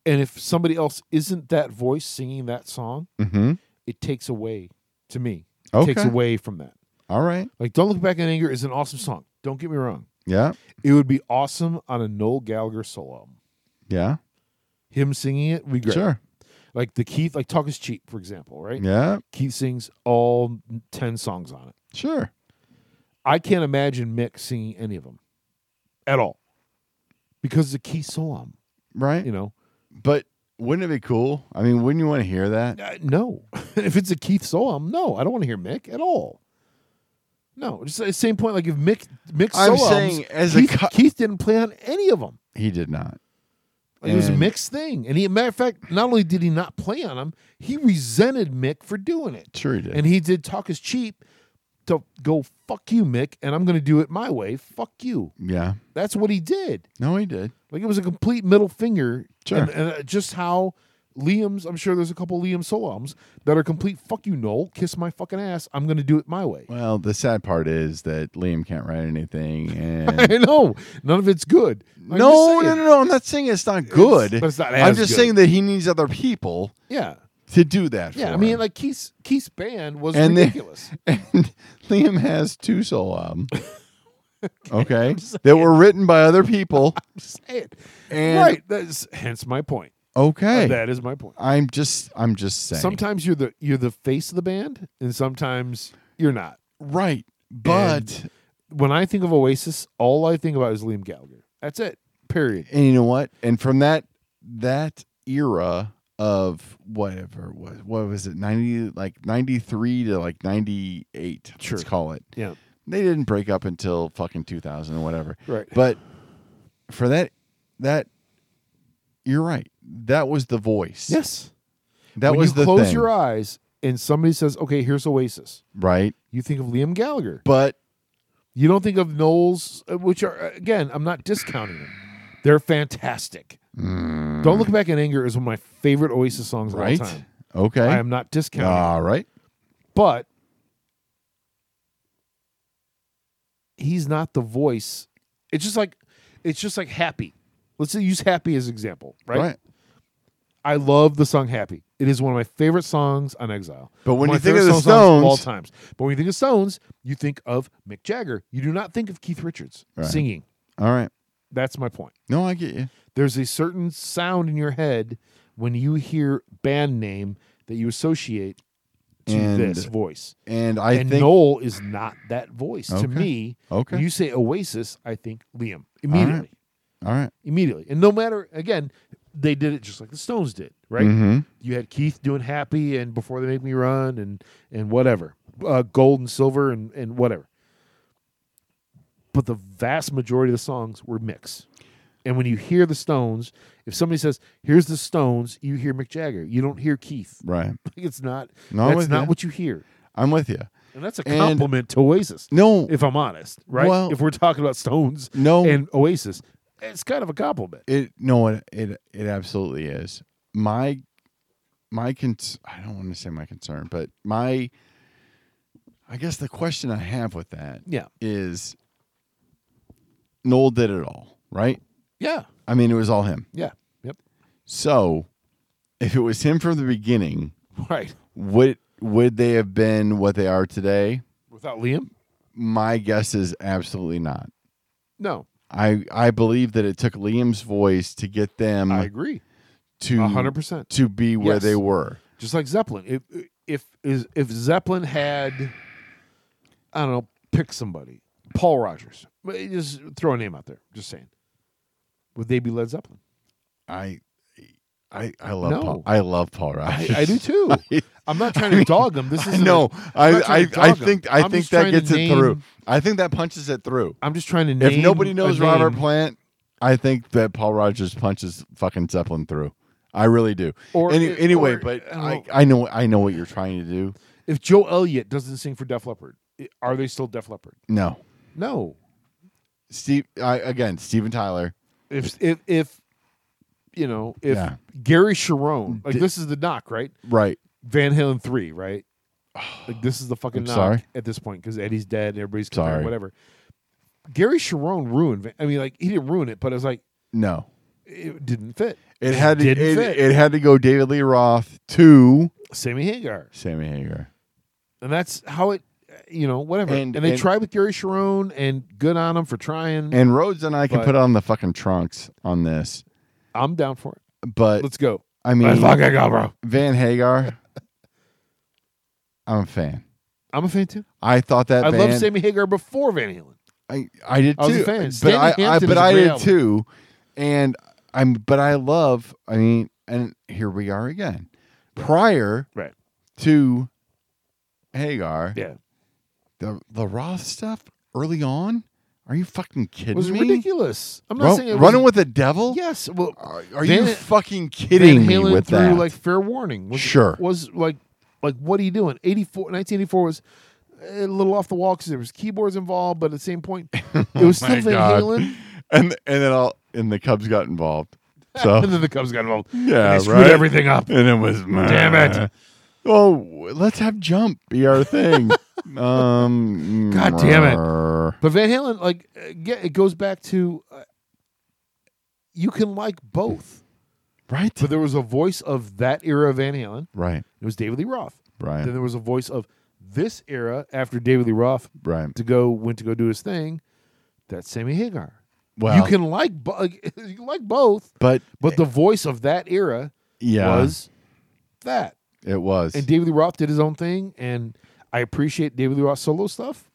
And if somebody else isn't that voice singing that song, Mm-hmm. it takes away to me. It Okay. takes away from that. All right. Like Don't Look Back in Anger is an awesome song. Don't get me wrong. Yeah. It would be awesome on a Noel Gallagher solo album. Yeah. Him singing it would be great. Sure. Like the Keith, like Talk is Cheap, for example, right? Yeah. Keith sings all 10 songs on it. Sure. I can't imagine Mick singing any of them at all because it's a Keith solo album, Right. you know? But wouldn't it be cool? I mean, wouldn't you want to hear that? Uh, no. [laughs] if it's a Keith solo album, no, I don't want to hear Mick at all. No, just the same point. Like if Mick, Mick solo I'm albums, saying as a Keith, co- Keith didn't play on any of them. He did not. it was a And- Mick's thing, and he, matter of fact, not only did he not play on them, he resented Mick for doing it, Sure, he did. and he did talk is cheap to go fuck you, Mick, and I'm going to do it my way. Fuck you. yeah. That's what he did. No, he did. Like it was a complete middle finger, Sure. and, and uh, just how Liam's. I'm sure there's a couple Liam solo albums that are complete fuck you, Noel, kiss my fucking ass. I'm going to do it my way. Well, the sad part is that Liam can't write [laughs] anything, I and know none of it's good. I'm no, just no, saying. no, no. I'm not saying it's not It's- good. but it's not I'm as just good. saying that he needs other people yeah, to do that. yeah. for I mean, him. like [laughs] Keith's Keith's band was And then- ridiculous. [laughs] and Liam has two solo albums. [laughs] okay, that were written by other people, Say it. and right. That's hence my point. Uh, okay, That is my point. I'm just, I'm just saying. Sometimes you're the you're the face of the band, and sometimes you're not. right, but When I think of Oasis, all I think about is Liam Gallagher. That's it. Period. And you know what? And from that that era of whatever it was what was it ninety like ninety three to like ninety eight. Sure. Let's call it. Yeah. They didn't break up until fucking two thousand or whatever. Right. But for that that you're right. That was the voice. yes. That when was you the close thing, your eyes and somebody says, "Okay, here's Oasis." right. You think of Liam Gallagher. But You don't think of Knowles, uh, which are again, I'm not discounting them. They're fantastic. Don't look back in anger is one of my favorite Oasis songs Mm. right. of all time. Okay. I am not discounting. it. All right. but he's not the voice. It's just like it's just like happy. Let's use happy as example, right? Right. I love the song Happy. It is one of my favorite songs on Exile. But One when you of my think of favorite the songs of all Stones- times. But when you think of Stones, you think of Mick Jagger. You do not think of Keith Richards Right. singing. All right. That's my point. No, I get you. There's a certain sound in your head when you hear band name that you associate to And- this voice And I and think Noel is not that voice Okay. to me. Okay. When you say Oasis, I think Liam immediately, all right. immediately. And no matter again, they did it just like the Stones did, right? Mm-hmm. You had Keith doing Happy and Before They Make Me Run and and whatever, uh, Gold and Silver and and whatever. But the vast majority of the songs were mix. And when you hear the Stones, if somebody says, "Here's the Stones," you hear Mick Jagger. You don't hear Keith. [laughs] Right. It's not. No, I'm that's with not you. what you hear. I'm with you. And that's a And- compliment to Oasis No. if I'm honest, right? Well- if we're talking about Stones no. and Oasis, it's kind of a compliment. It no, it it, it absolutely is. My my con- I don't want to say my concern, but my I guess the question I have with that is Yeah. Noel did it all, right? Yeah. I mean, it was all him. Yeah. Yep. [laughs] So, if it was him from the beginning, Right. would would they have been what they are today? Without Liam? My guess is absolutely not. No. I I believe that it took Liam's voice to get them I agree. to 100%. to be where Yes. they were. Just like Zeppelin. If if is if Zeppelin had I don't know, pick somebody. Paul Rogers. But you Just throw a name out there. Just saying. Would they be Led Zeppelin? I I I love No. Paul. I love Paul Rogers. I, I [laughs] do too. I'm not trying to dog them. This is no, I'm I not I, trying to I dog him. think I I'm think just that trying to gets it name- through. I think that punches it through. I'm just trying to name if nobody a knows Robert name. Plant, I think that Paul Rogers punches fucking Zeppelin through. I really do. Or- Any, or- uh, anyway, but I don't know. I, I know I know what you're trying to do. If Joe Elliott doesn't sing for Def Leppard, i- are they still Def Leppard? No, No. Steve. I, again, Steven Tyler. If if if you know if Yeah. Mm, Gary Sharon, like Di- this is the knock, right? Right. Van Halen three, [sighs] right? Like this is the fucking I'm knock sorry. at this point because Eddie's dead, everybody's comparing Sorry. whatever. Gary Sharon ruined. Van- I mean, like he didn't ruin it, but it's like No. it didn't fit. It had to, it, didn't fit. it had to go David Lee Roth to Sammy Hagar, Sammy Hagar. and that's how it. You know, whatever. And- And, they and- tried with Gary Sharon, and good on them for trying. And Rhodes and I can But- put on the fucking trunks on this. I'm down for it. But Let's go. I mean, [laughs] I got, bro. Van Hagar, I'm a fan. I'm a fan too. I thought that I band, loved Sammy Hagar before Van Halen. I, I did too. I was a fan. But Stanley I, I Hampton but is a I great did album. too. And I'm but I love I mean and here we are again. Prior Right. to Hagar, Yeah. the the Roth stuff early on? Are you fucking kidding It was me? ridiculous. I'm not Run- saying it running was, with the devil? Yes. Well, Are, are Van- you fucking kidding Van me Halen with threw that? like fair warning. Was, Sure. Was like like what are you doing? 84 1984 was a little off the wall cuz there was keyboards involved, but at the same [laughs] point it was Oh my still Van God. Halen and and then all and the Cubs got involved. So and then the Cubs got involved. Oh. yeah, they screwed right. everything up. And it was Damn it. Oh, let's have jump be our [laughs] thing. um, mm, God damn it. it. But Van Halen like again, it goes back to uh, you can like both. Right, But there was a voice of that era of Van Halen. right, It was David Lee Roth. right, Then there was a voice of this era after David Lee Roth right. to go went to go do his thing. That's Sammy Hagar. Well, you can like bo- you can like [laughs] both, but but the voice of that era yeah, was that. it was And David Lee Roth did his own thing, and I appreciate David Lee Roth solo stuff.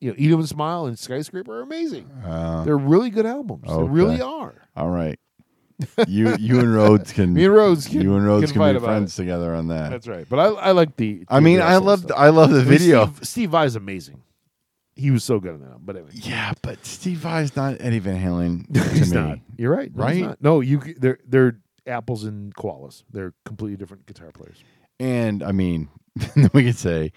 You know, Eat 'Em and Smile and Skyscraper are amazing. [laughs] Uh, They're really good albums. They okay. really are. all right. You you and Rhodes can Me and Rhodes [laughs] can, you and Rhodes can, fight be about friends it. together on that. That's right. But I, I like the. I mean, David Roth I solo love stuff. I love the I mean, video. Steve, Steve Vai's amazing. He was so good in that. But anyway, Yeah, but Steve Vai's not Eddie Van [laughs] Halen. [laughs] To he's me. not. You're right. No, he's Right? not. No, you. c- They're they're apples and koalas. They're completely different guitar players. And I mean, [laughs] we could say,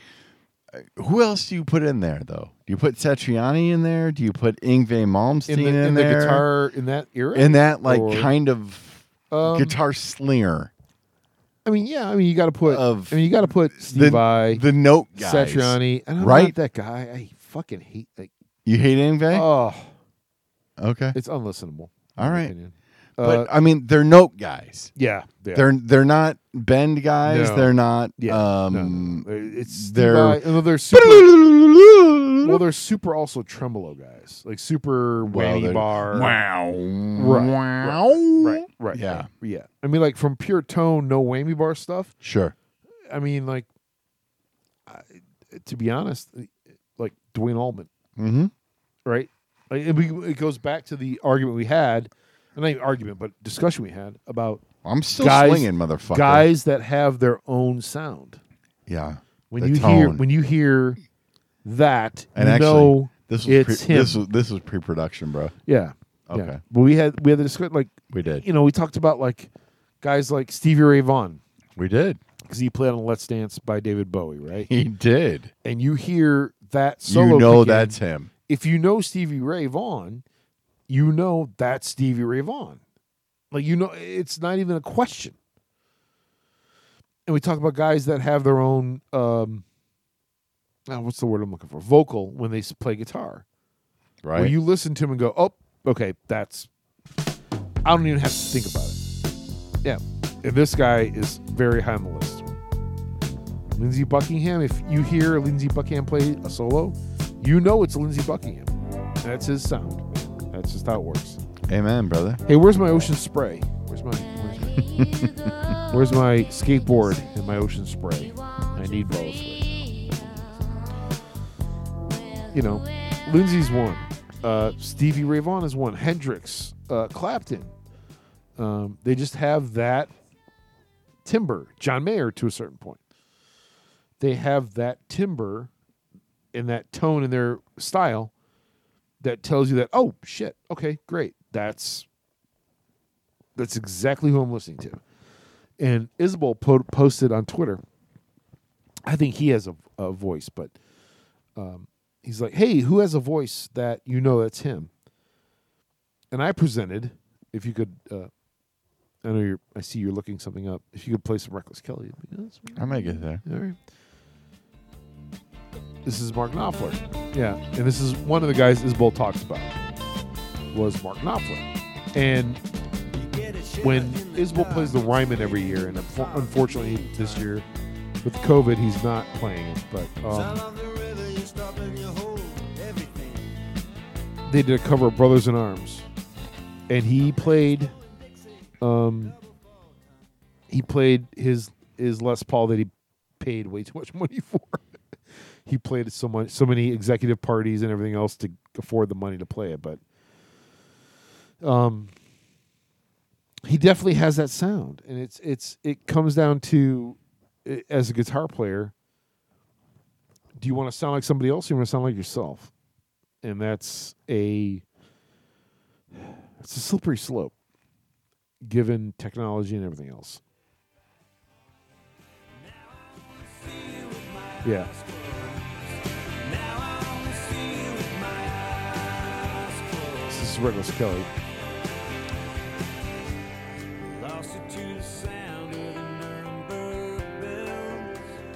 uh, who else do you put in there though? Do you put Satriani in there? Do you put Ingve Malmsteen in the, in the there? guitar in that era. in that like Or- kind of Um, guitar slinger I mean, yeah. I mean, you got to put. of I mean, you got to put Steve the, Vai, the note guys. Satriani, and I'm Right? Eh. not that guy. I fucking hate. Like, You hate Ingve? oh, okay, it's unlistenable. in All my right. opinion. Uh, but I mean, they're note guys. yeah, they are. They're they're not bend guys. No. They're not. Yeah, um, No, [laughs] no, no. it's Steve they're- Vai, although they're super. well, they're super also tremolo guys, like super Well, whammy they're- bar. Wow. Right, Wow. Right, right. Yeah. yeah. I mean, like from pure tone, no whammy bar stuff. Sure. I mean, like, I, to be honest, like Dwayne Allman. Mm-hmm. right? Like, it, we, it goes back to the argument we had, and not even argument, but discussion we had about I'm still Guys- slinging, motherfucker. guys that have their own sound. Yeah. When The you hear tone. when you hear that, And you actually- know, This was It's pre- him. this was this was pre-production, bro. yeah, Okay, yeah. But we had we had the discussion like we did. you know we talked about like guys like Stevie Ray Vaughan [laughs] We did. because he played on Let's Dance by David Bowie, right? He did. and you hear that solo. you know kick in. that's him. if you know Stevie Ray Vaughan, you know that's Stevie Ray Vaughan. Like you know, it's not even a question. And we talk about guys that have their own um ah, what's the word I'm looking for? Vocal when they s- play guitar. Right. Where you listen to them and go, "Oh, okay, that's." I don't even have to think about it. Yeah, and this guy is very high on the list. Lindsey Buckingham. If you hear Lindsey Buckingham play a solo, you know it's Lindsey Buckingham. That's his sound. That's just how it works. Amen, brother. Hey, where's my ocean spray? Where's my where's my, where's my skateboard and my ocean spray? I need both. right now. You know, Lindsay's one. Uh, Stevie Ray Vaughan is one. Hendrix, uh, Clapton. Um, they just have that timber. John Mayer to a certain point. They have that timber and that tone in their style that tells you that oh shit okay great that's that's exactly who I'm listening to. And Isabel po- posted on Twitter I think he has a, a voice, but um, he's like, hey, who has a voice that you know that's him? And I presented, if you could, uh, I know you're, I see you're looking something up. If you could play some Reckless Kelly, it'd be nice. I might get there. All right. This is Mark Knopfler. Yeah, and this is one of the guys Isbel talks about was Mark Knopfler. And when Isbel plays the Ryman every year, and unfor- unfortunately this year with COVID, he's not playing it, but um, they did a cover of Brothers in Arms, and he played, um, he played his his Les Paul that he paid way too much [laughs] money for. he played so much, so many executive parties and everything else to afford the money to play it, but um, he definitely has that sound, and it's it's it comes down to i- as a guitar player, do you want to sound like somebody else, or you want to sound like yourself, and that's a it's a slippery slope, given technology and everything else. Yeah. This is Reckless Kelly. Lost it to the sound of the Nuremberg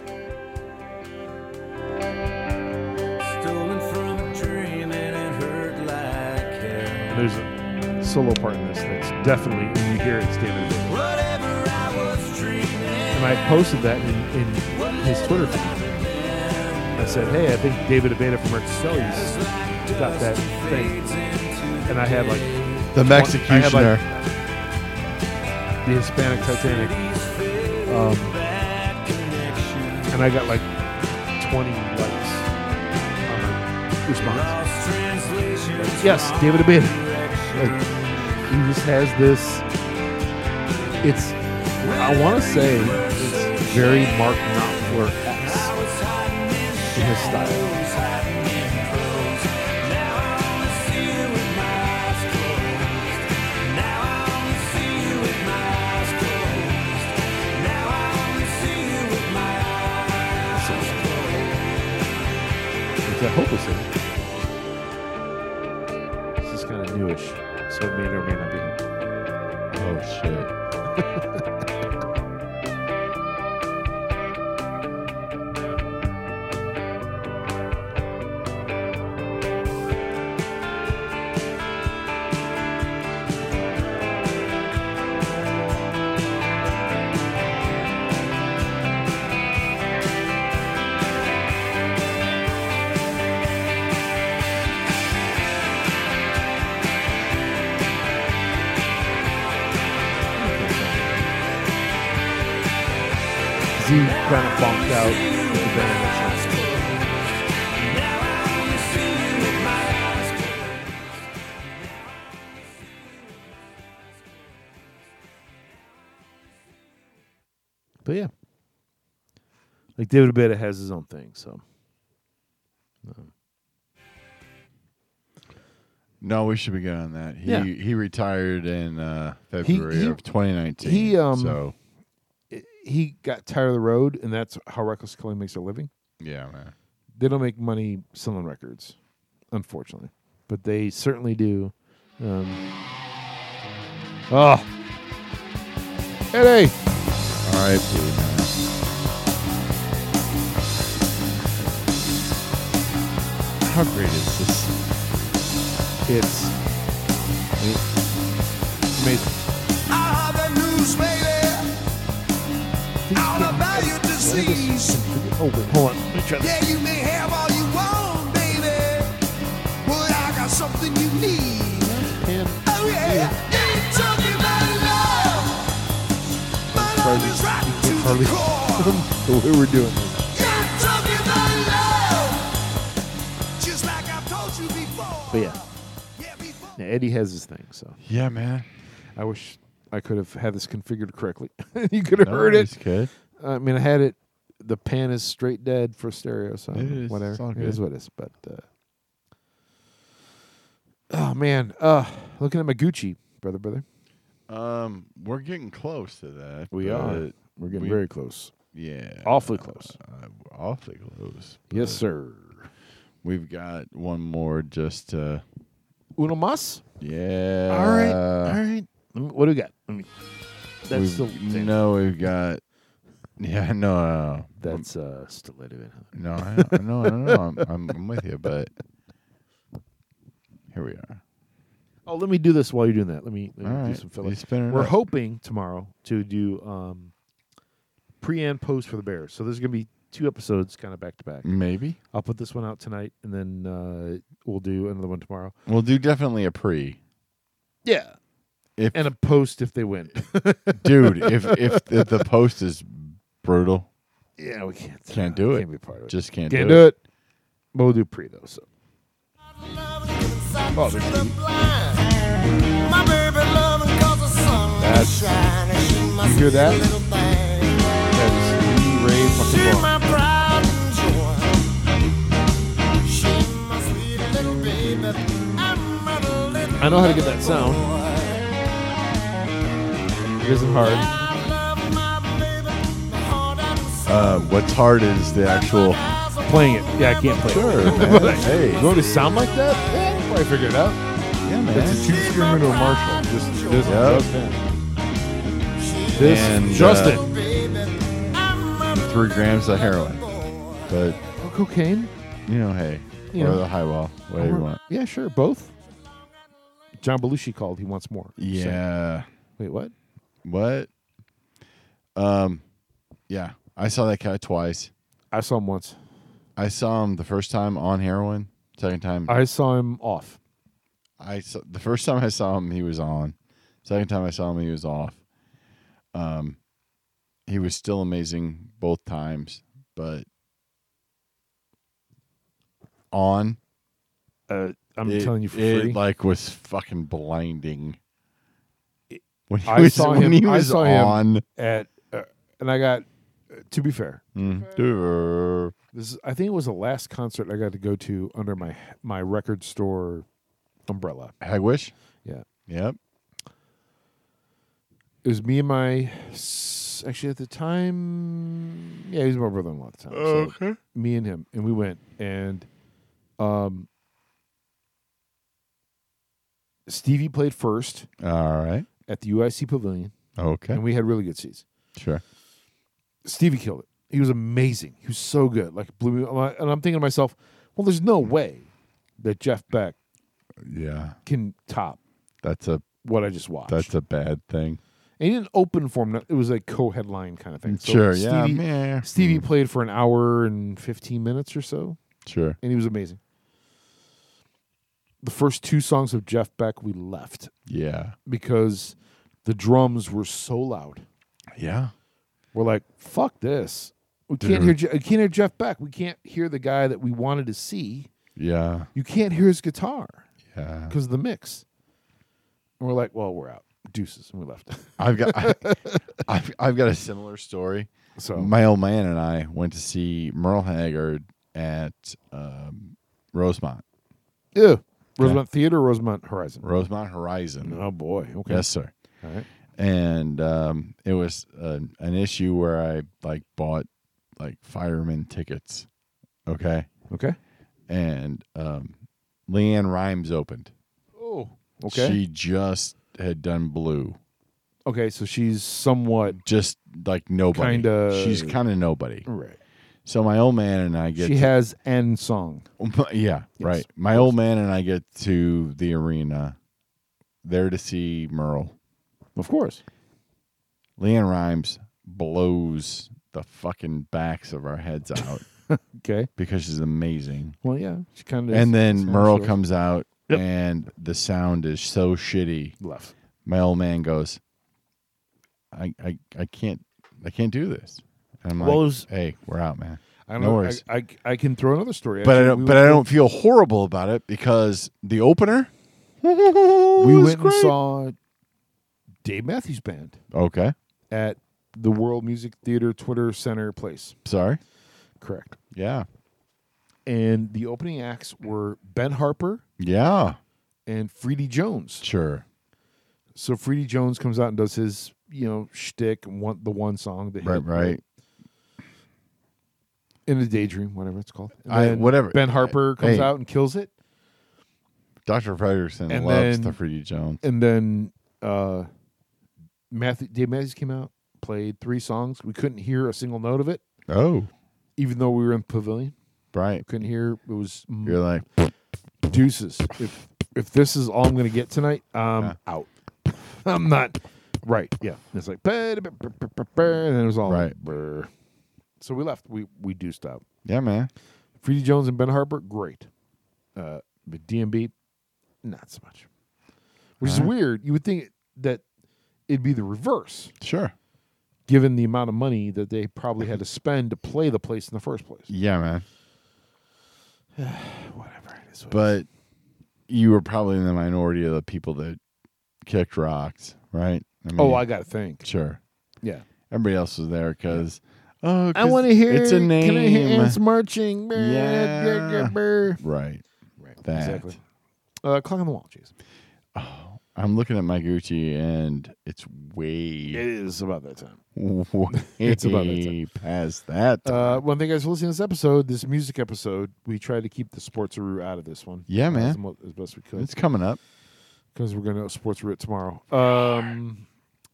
bells. Stolen from a dream and it hurt like hell. There's a solo part in this that's definitely, when you hear it, it's David Bowie. Whatever I was dreaming. And I posted that in, in his Twitter feed. I said, hey, I think David Abeda from Rex Kelly's got that thing. And I had like The I had, Mexicutioner. like, the Hispanic Titanic. Um, and I got like 20 likes on my response. Lost translations. Yes, David Abeda. Like, he just has this. It's, I want to say, it's very Mark Knopfler esque. in his style. Which I hope is him. This is kind of newish, so it may or may not be him. oh shit. Z kind of bonked out with the band. or something. But yeah, like David Abeda has his own thing, so. No, we should be good on that. He Yeah. he retired in uh, February he- of 2019. he, um, so he got tired of the road, and that's how Reckless Kelly makes a living. yeah, man. They don't make money selling records, unfortunately, but they certainly do. Um, oh, Eddie, All right, dude. How great is this? it's amazing. I have the news, baby. All about your I think disease. this- Oh wait, hold on. Let me try this. Yeah, you may have all you want, baby. But I got something you need. Pan- Oh, yeah. Ain't talking about love. My love is right You to can't the hardly [laughs] core. the way we're doing this. Ain't talking about love. Just like I've told you before. But yeah. Yeah, before. Yeah, Eddie has his thing, so Yeah, man. I wish I could have had this configured correctly. [laughs] you could have No, heard it's it. Good. I mean, I had it. The pan is straight dead for stereo, so It is. whatever. It's all It good. is what it is. But uh, oh man, uh, looking at my Gucci, brother, brother, Um, we're getting close to that. we but are we're getting we- very close, Yeah. awfully close. I- Uh, awfully close. Yes, sir. We've got one more just uh Uno mas. yeah. all right, all right. Let me- What do we got? Let me. That's the We've- no, we've got yeah, no, no, no. That's uh, stiletto. in it. No, I, no, no, no. I'm, I'm, I'm with you, but here we are. Oh, let me do this while you're doing that. Let me, let me All do right, some you filling. spin it We're up. hoping tomorrow to do um, pre and post for the Bears. So there's going to be two episodes kind of back to back. Maybe I'll put this one out tonight, and then uh, we'll do another one tomorrow. we'll do definitely a pre. Yeah, If and a post if they win. dude, if if the, the post is brutal, [laughs] yeah, we can't. Can't do it. Can't be part of it. just can't, can't do, do it. But we'll do pre though. So Oh, there's My baby loving 'cause the sun That's- is shining. She must hear be that? a little thing. that's E. Ray She fucking Brown. my pride and joy. She my sweet little baby. I'm a little I know how to get that sound. It isn't hard. I love my baby, my heart and soul. Uh, what's hard is the [laughs] actual. Eyes are Playing it. Yeah, I can't play. it. Sure, man. hey, You want it to sound like that? Yeah, I probably figured it out. yeah, man. It's a two screamer to a Marshall. Just this, Yep. this, And, uh, Justin. three grams of heroin, but Or cocaine? you know, hey, You or know. the high wall, whatever Or- you want. Uh-huh. Yeah, sure, both. John Belushi called. He wants more. So- Yeah. wait, what? What? Um, yeah, I saw that guy twice. I saw him once. I saw him the first time on heroin. Second time, I, I saw him off. saw the first time I saw him, he was on. Second time I saw him, he was off. Um, he was still amazing both times, but on. Uh, I'm it- telling you for it, free. like was fucking blinding. When he I was, saw when him- he I was saw him- on. at, uh, and I got. uh, To be fair, Mm. this is, I think it was the last concert I got to go to under my my record store umbrella. Hagwish. Yeah, Yep. it was me and my s- actually at the time yeah he was my brother-in-law at the time so me and him and we went and um stevie played first All right. at the uic pavilion Okay. and we had really good seats sure. stevie killed it he was amazing he was so good like blew me and i'm thinking to myself well there's no way that jeff beck Yeah. can top That's a what i just watched that's a bad thing. and he didn't open for him it was like co-headline kind of thing So sure. yeah. Stevie- meh. Stevie Mm, played for an hour and 15 minutes or so, Sure. and he was amazing. The first two songs of Jeff Beck we left Yeah. because the drums were so loud. Yeah. We're like, fuck this. We can't hear Je- we can't hear Jeff Beck. We can't hear the guy that we wanted to see. Yeah. You can't hear his guitar Yeah. because of the mix. And we're like, well, we're out. Deuces, and we left. [laughs] I've got [laughs] I, have I've got a similar story. so My old man and I went to see Merle Haggard at um, Rosemont. yeah. Rosemont Theater, Rosemont Horizon. Rosemont Horizon. Oh boy. Okay. Yes, sir. All right. and um, it was uh, an issue where I like bought like fireman tickets, okay, Okay. and um, Leanne Rhymes opened. Oh. Okay. she just had done blue, Okay, so she's somewhat just like nobody. Kinda- she's kind of nobody. right. So my old man and I get She [laughs] to- has an song. yeah, Yes, right. My old man and I get to the arena, there to see Merle. Of course. Leanne Rhymes blows the fucking backs of our heads out. [laughs] Okay. because she's amazing. Well, yeah, she kind of. and then Merle comes out, Yep. and the sound is so shitty. left. My old man goes, "I, I, I can't, I can't do this." And I'm like, Well, it was- "Hey, we're out, man." I don't No know. worries. I, I I can throw another story. But I actually. don't, We but went- I don't feel horrible about it because the opener. [laughs] We was went and great. saw Dave Matthews Band Okay, at the World Music Theater Twitter Center place. sorry. Correct. Yeah, And the opening acts were Ben Harper yeah, and Freddie Jones. sure. So Freddie Jones comes out and does his you know shtick, one the one song, the Right, hit, right. in a daydream, whatever it's called. And I- then whatever. Ben Harper comes Hey. out and kills it, Dr. Peterson And loves then- the Freddie Jones. and then uh, Matthew Dave Matthews came out, played three songs. We couldn't hear a single note of it, Oh, even though we were in the pavilion. right. Couldn't hear. It was mm, You're like, deuces. If if this is all I'm going to get tonight, I'm Yeah. out. [laughs] I'm not. Right. Yeah. It's like, "Bah, da, bah, bah, bah, bah, bah," and then it was all Right. brr. So we left. We we deuced out. yeah, man. Freddie Jones and Ben Harper, great. Uh, but DMB, not so much. Which is Alright. weird. You would think that it'd be the reverse, Sure. given the amount of money that they probably had to spend to play the place in the first place. Yeah, man. Whatever. It is what it is. But you were probably in the minority of the people that kicked rocks, right? mean, oh, I got to think. sure. Yeah. Everybody else was there because oh, I 'cause want to hear. It's a name, Can I hear ants marching? Brr, Yeah. brr, brr, brr. right? Right. That. Exactly. Uh, clock on the wall, jeez. I'm looking at my Gucci and it's way, is about that time. way It's it's about about that time. past that. time. Uh, well, thank you guys for listening to this episode, this music episode. We tried to keep the sports out of this one. Yeah, Uh, man. As, mo- as best we could. it's coming up. Because we're going to sports root tomorrow. Um,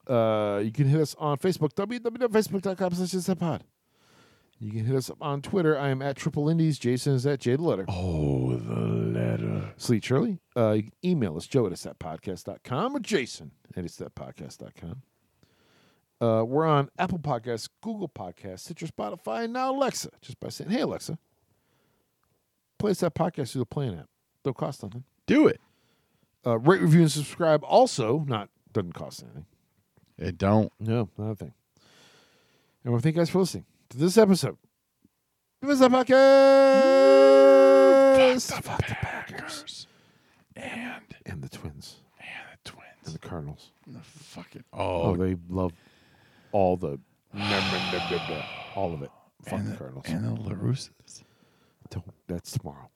uh, you can hit us on Facebook, www.facebook.com slash Inside pod. You can hit us up on Twitter. I am at Triple Indies. Jason is at J the letter. Oh, the letter. Sleet Shirley. Uh, you can email us, joe at itsthatpodcast.com or jason at itsthatpodcast.com. Uh, we're on Apple Podcasts, Google Podcasts, Stitcher, Spotify, and now Alexa. Just by saying, hey, Alexa, play us that podcast through the Plan app. Don't cost nothing. Do it. Uh, rate, review, and subscribe also not doesn't cost anything. It don't. No, not a thing. And well, thank you guys for listening to this episode. Give us that podcast. Packers. And And the Twins and the and twins. the Cardinals. The fucking Oh, oh, they love all [sighs] the all of it. Fuck and the the, Cardinals. and the Larousas. Don't- that's tomorrow.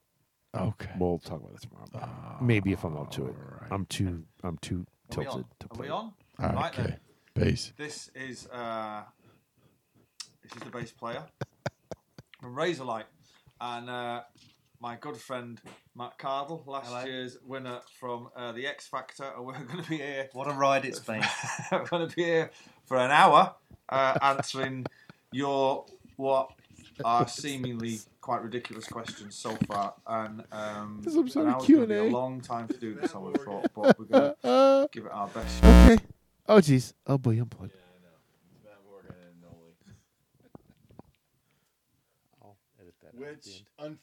Okay. We'll talk about that tomorrow. Maybe if I'm up to it. I'm too. I'm too Are we tilted on? to Are play. Ah, we on? Right Okay. then. Base. This is uh, this is the bass [laughs] player from Razorlight, and uh, my good friend Matt Cardle, last year's winner from uh, the X Factor. [laughs] And we're going to be here. What a ride it's been. we're going to be here for an hour uh, answering your what [laughs] are seemingly quite ridiculous questions so far, and um, Some sort an of hour's gonna be Q&A. A long time to do this, I would have thought, but [laughs] we're going to Uh, give it our best. okay. Oh jeez. Oh boy, I'm plugged. Which, unfortunately.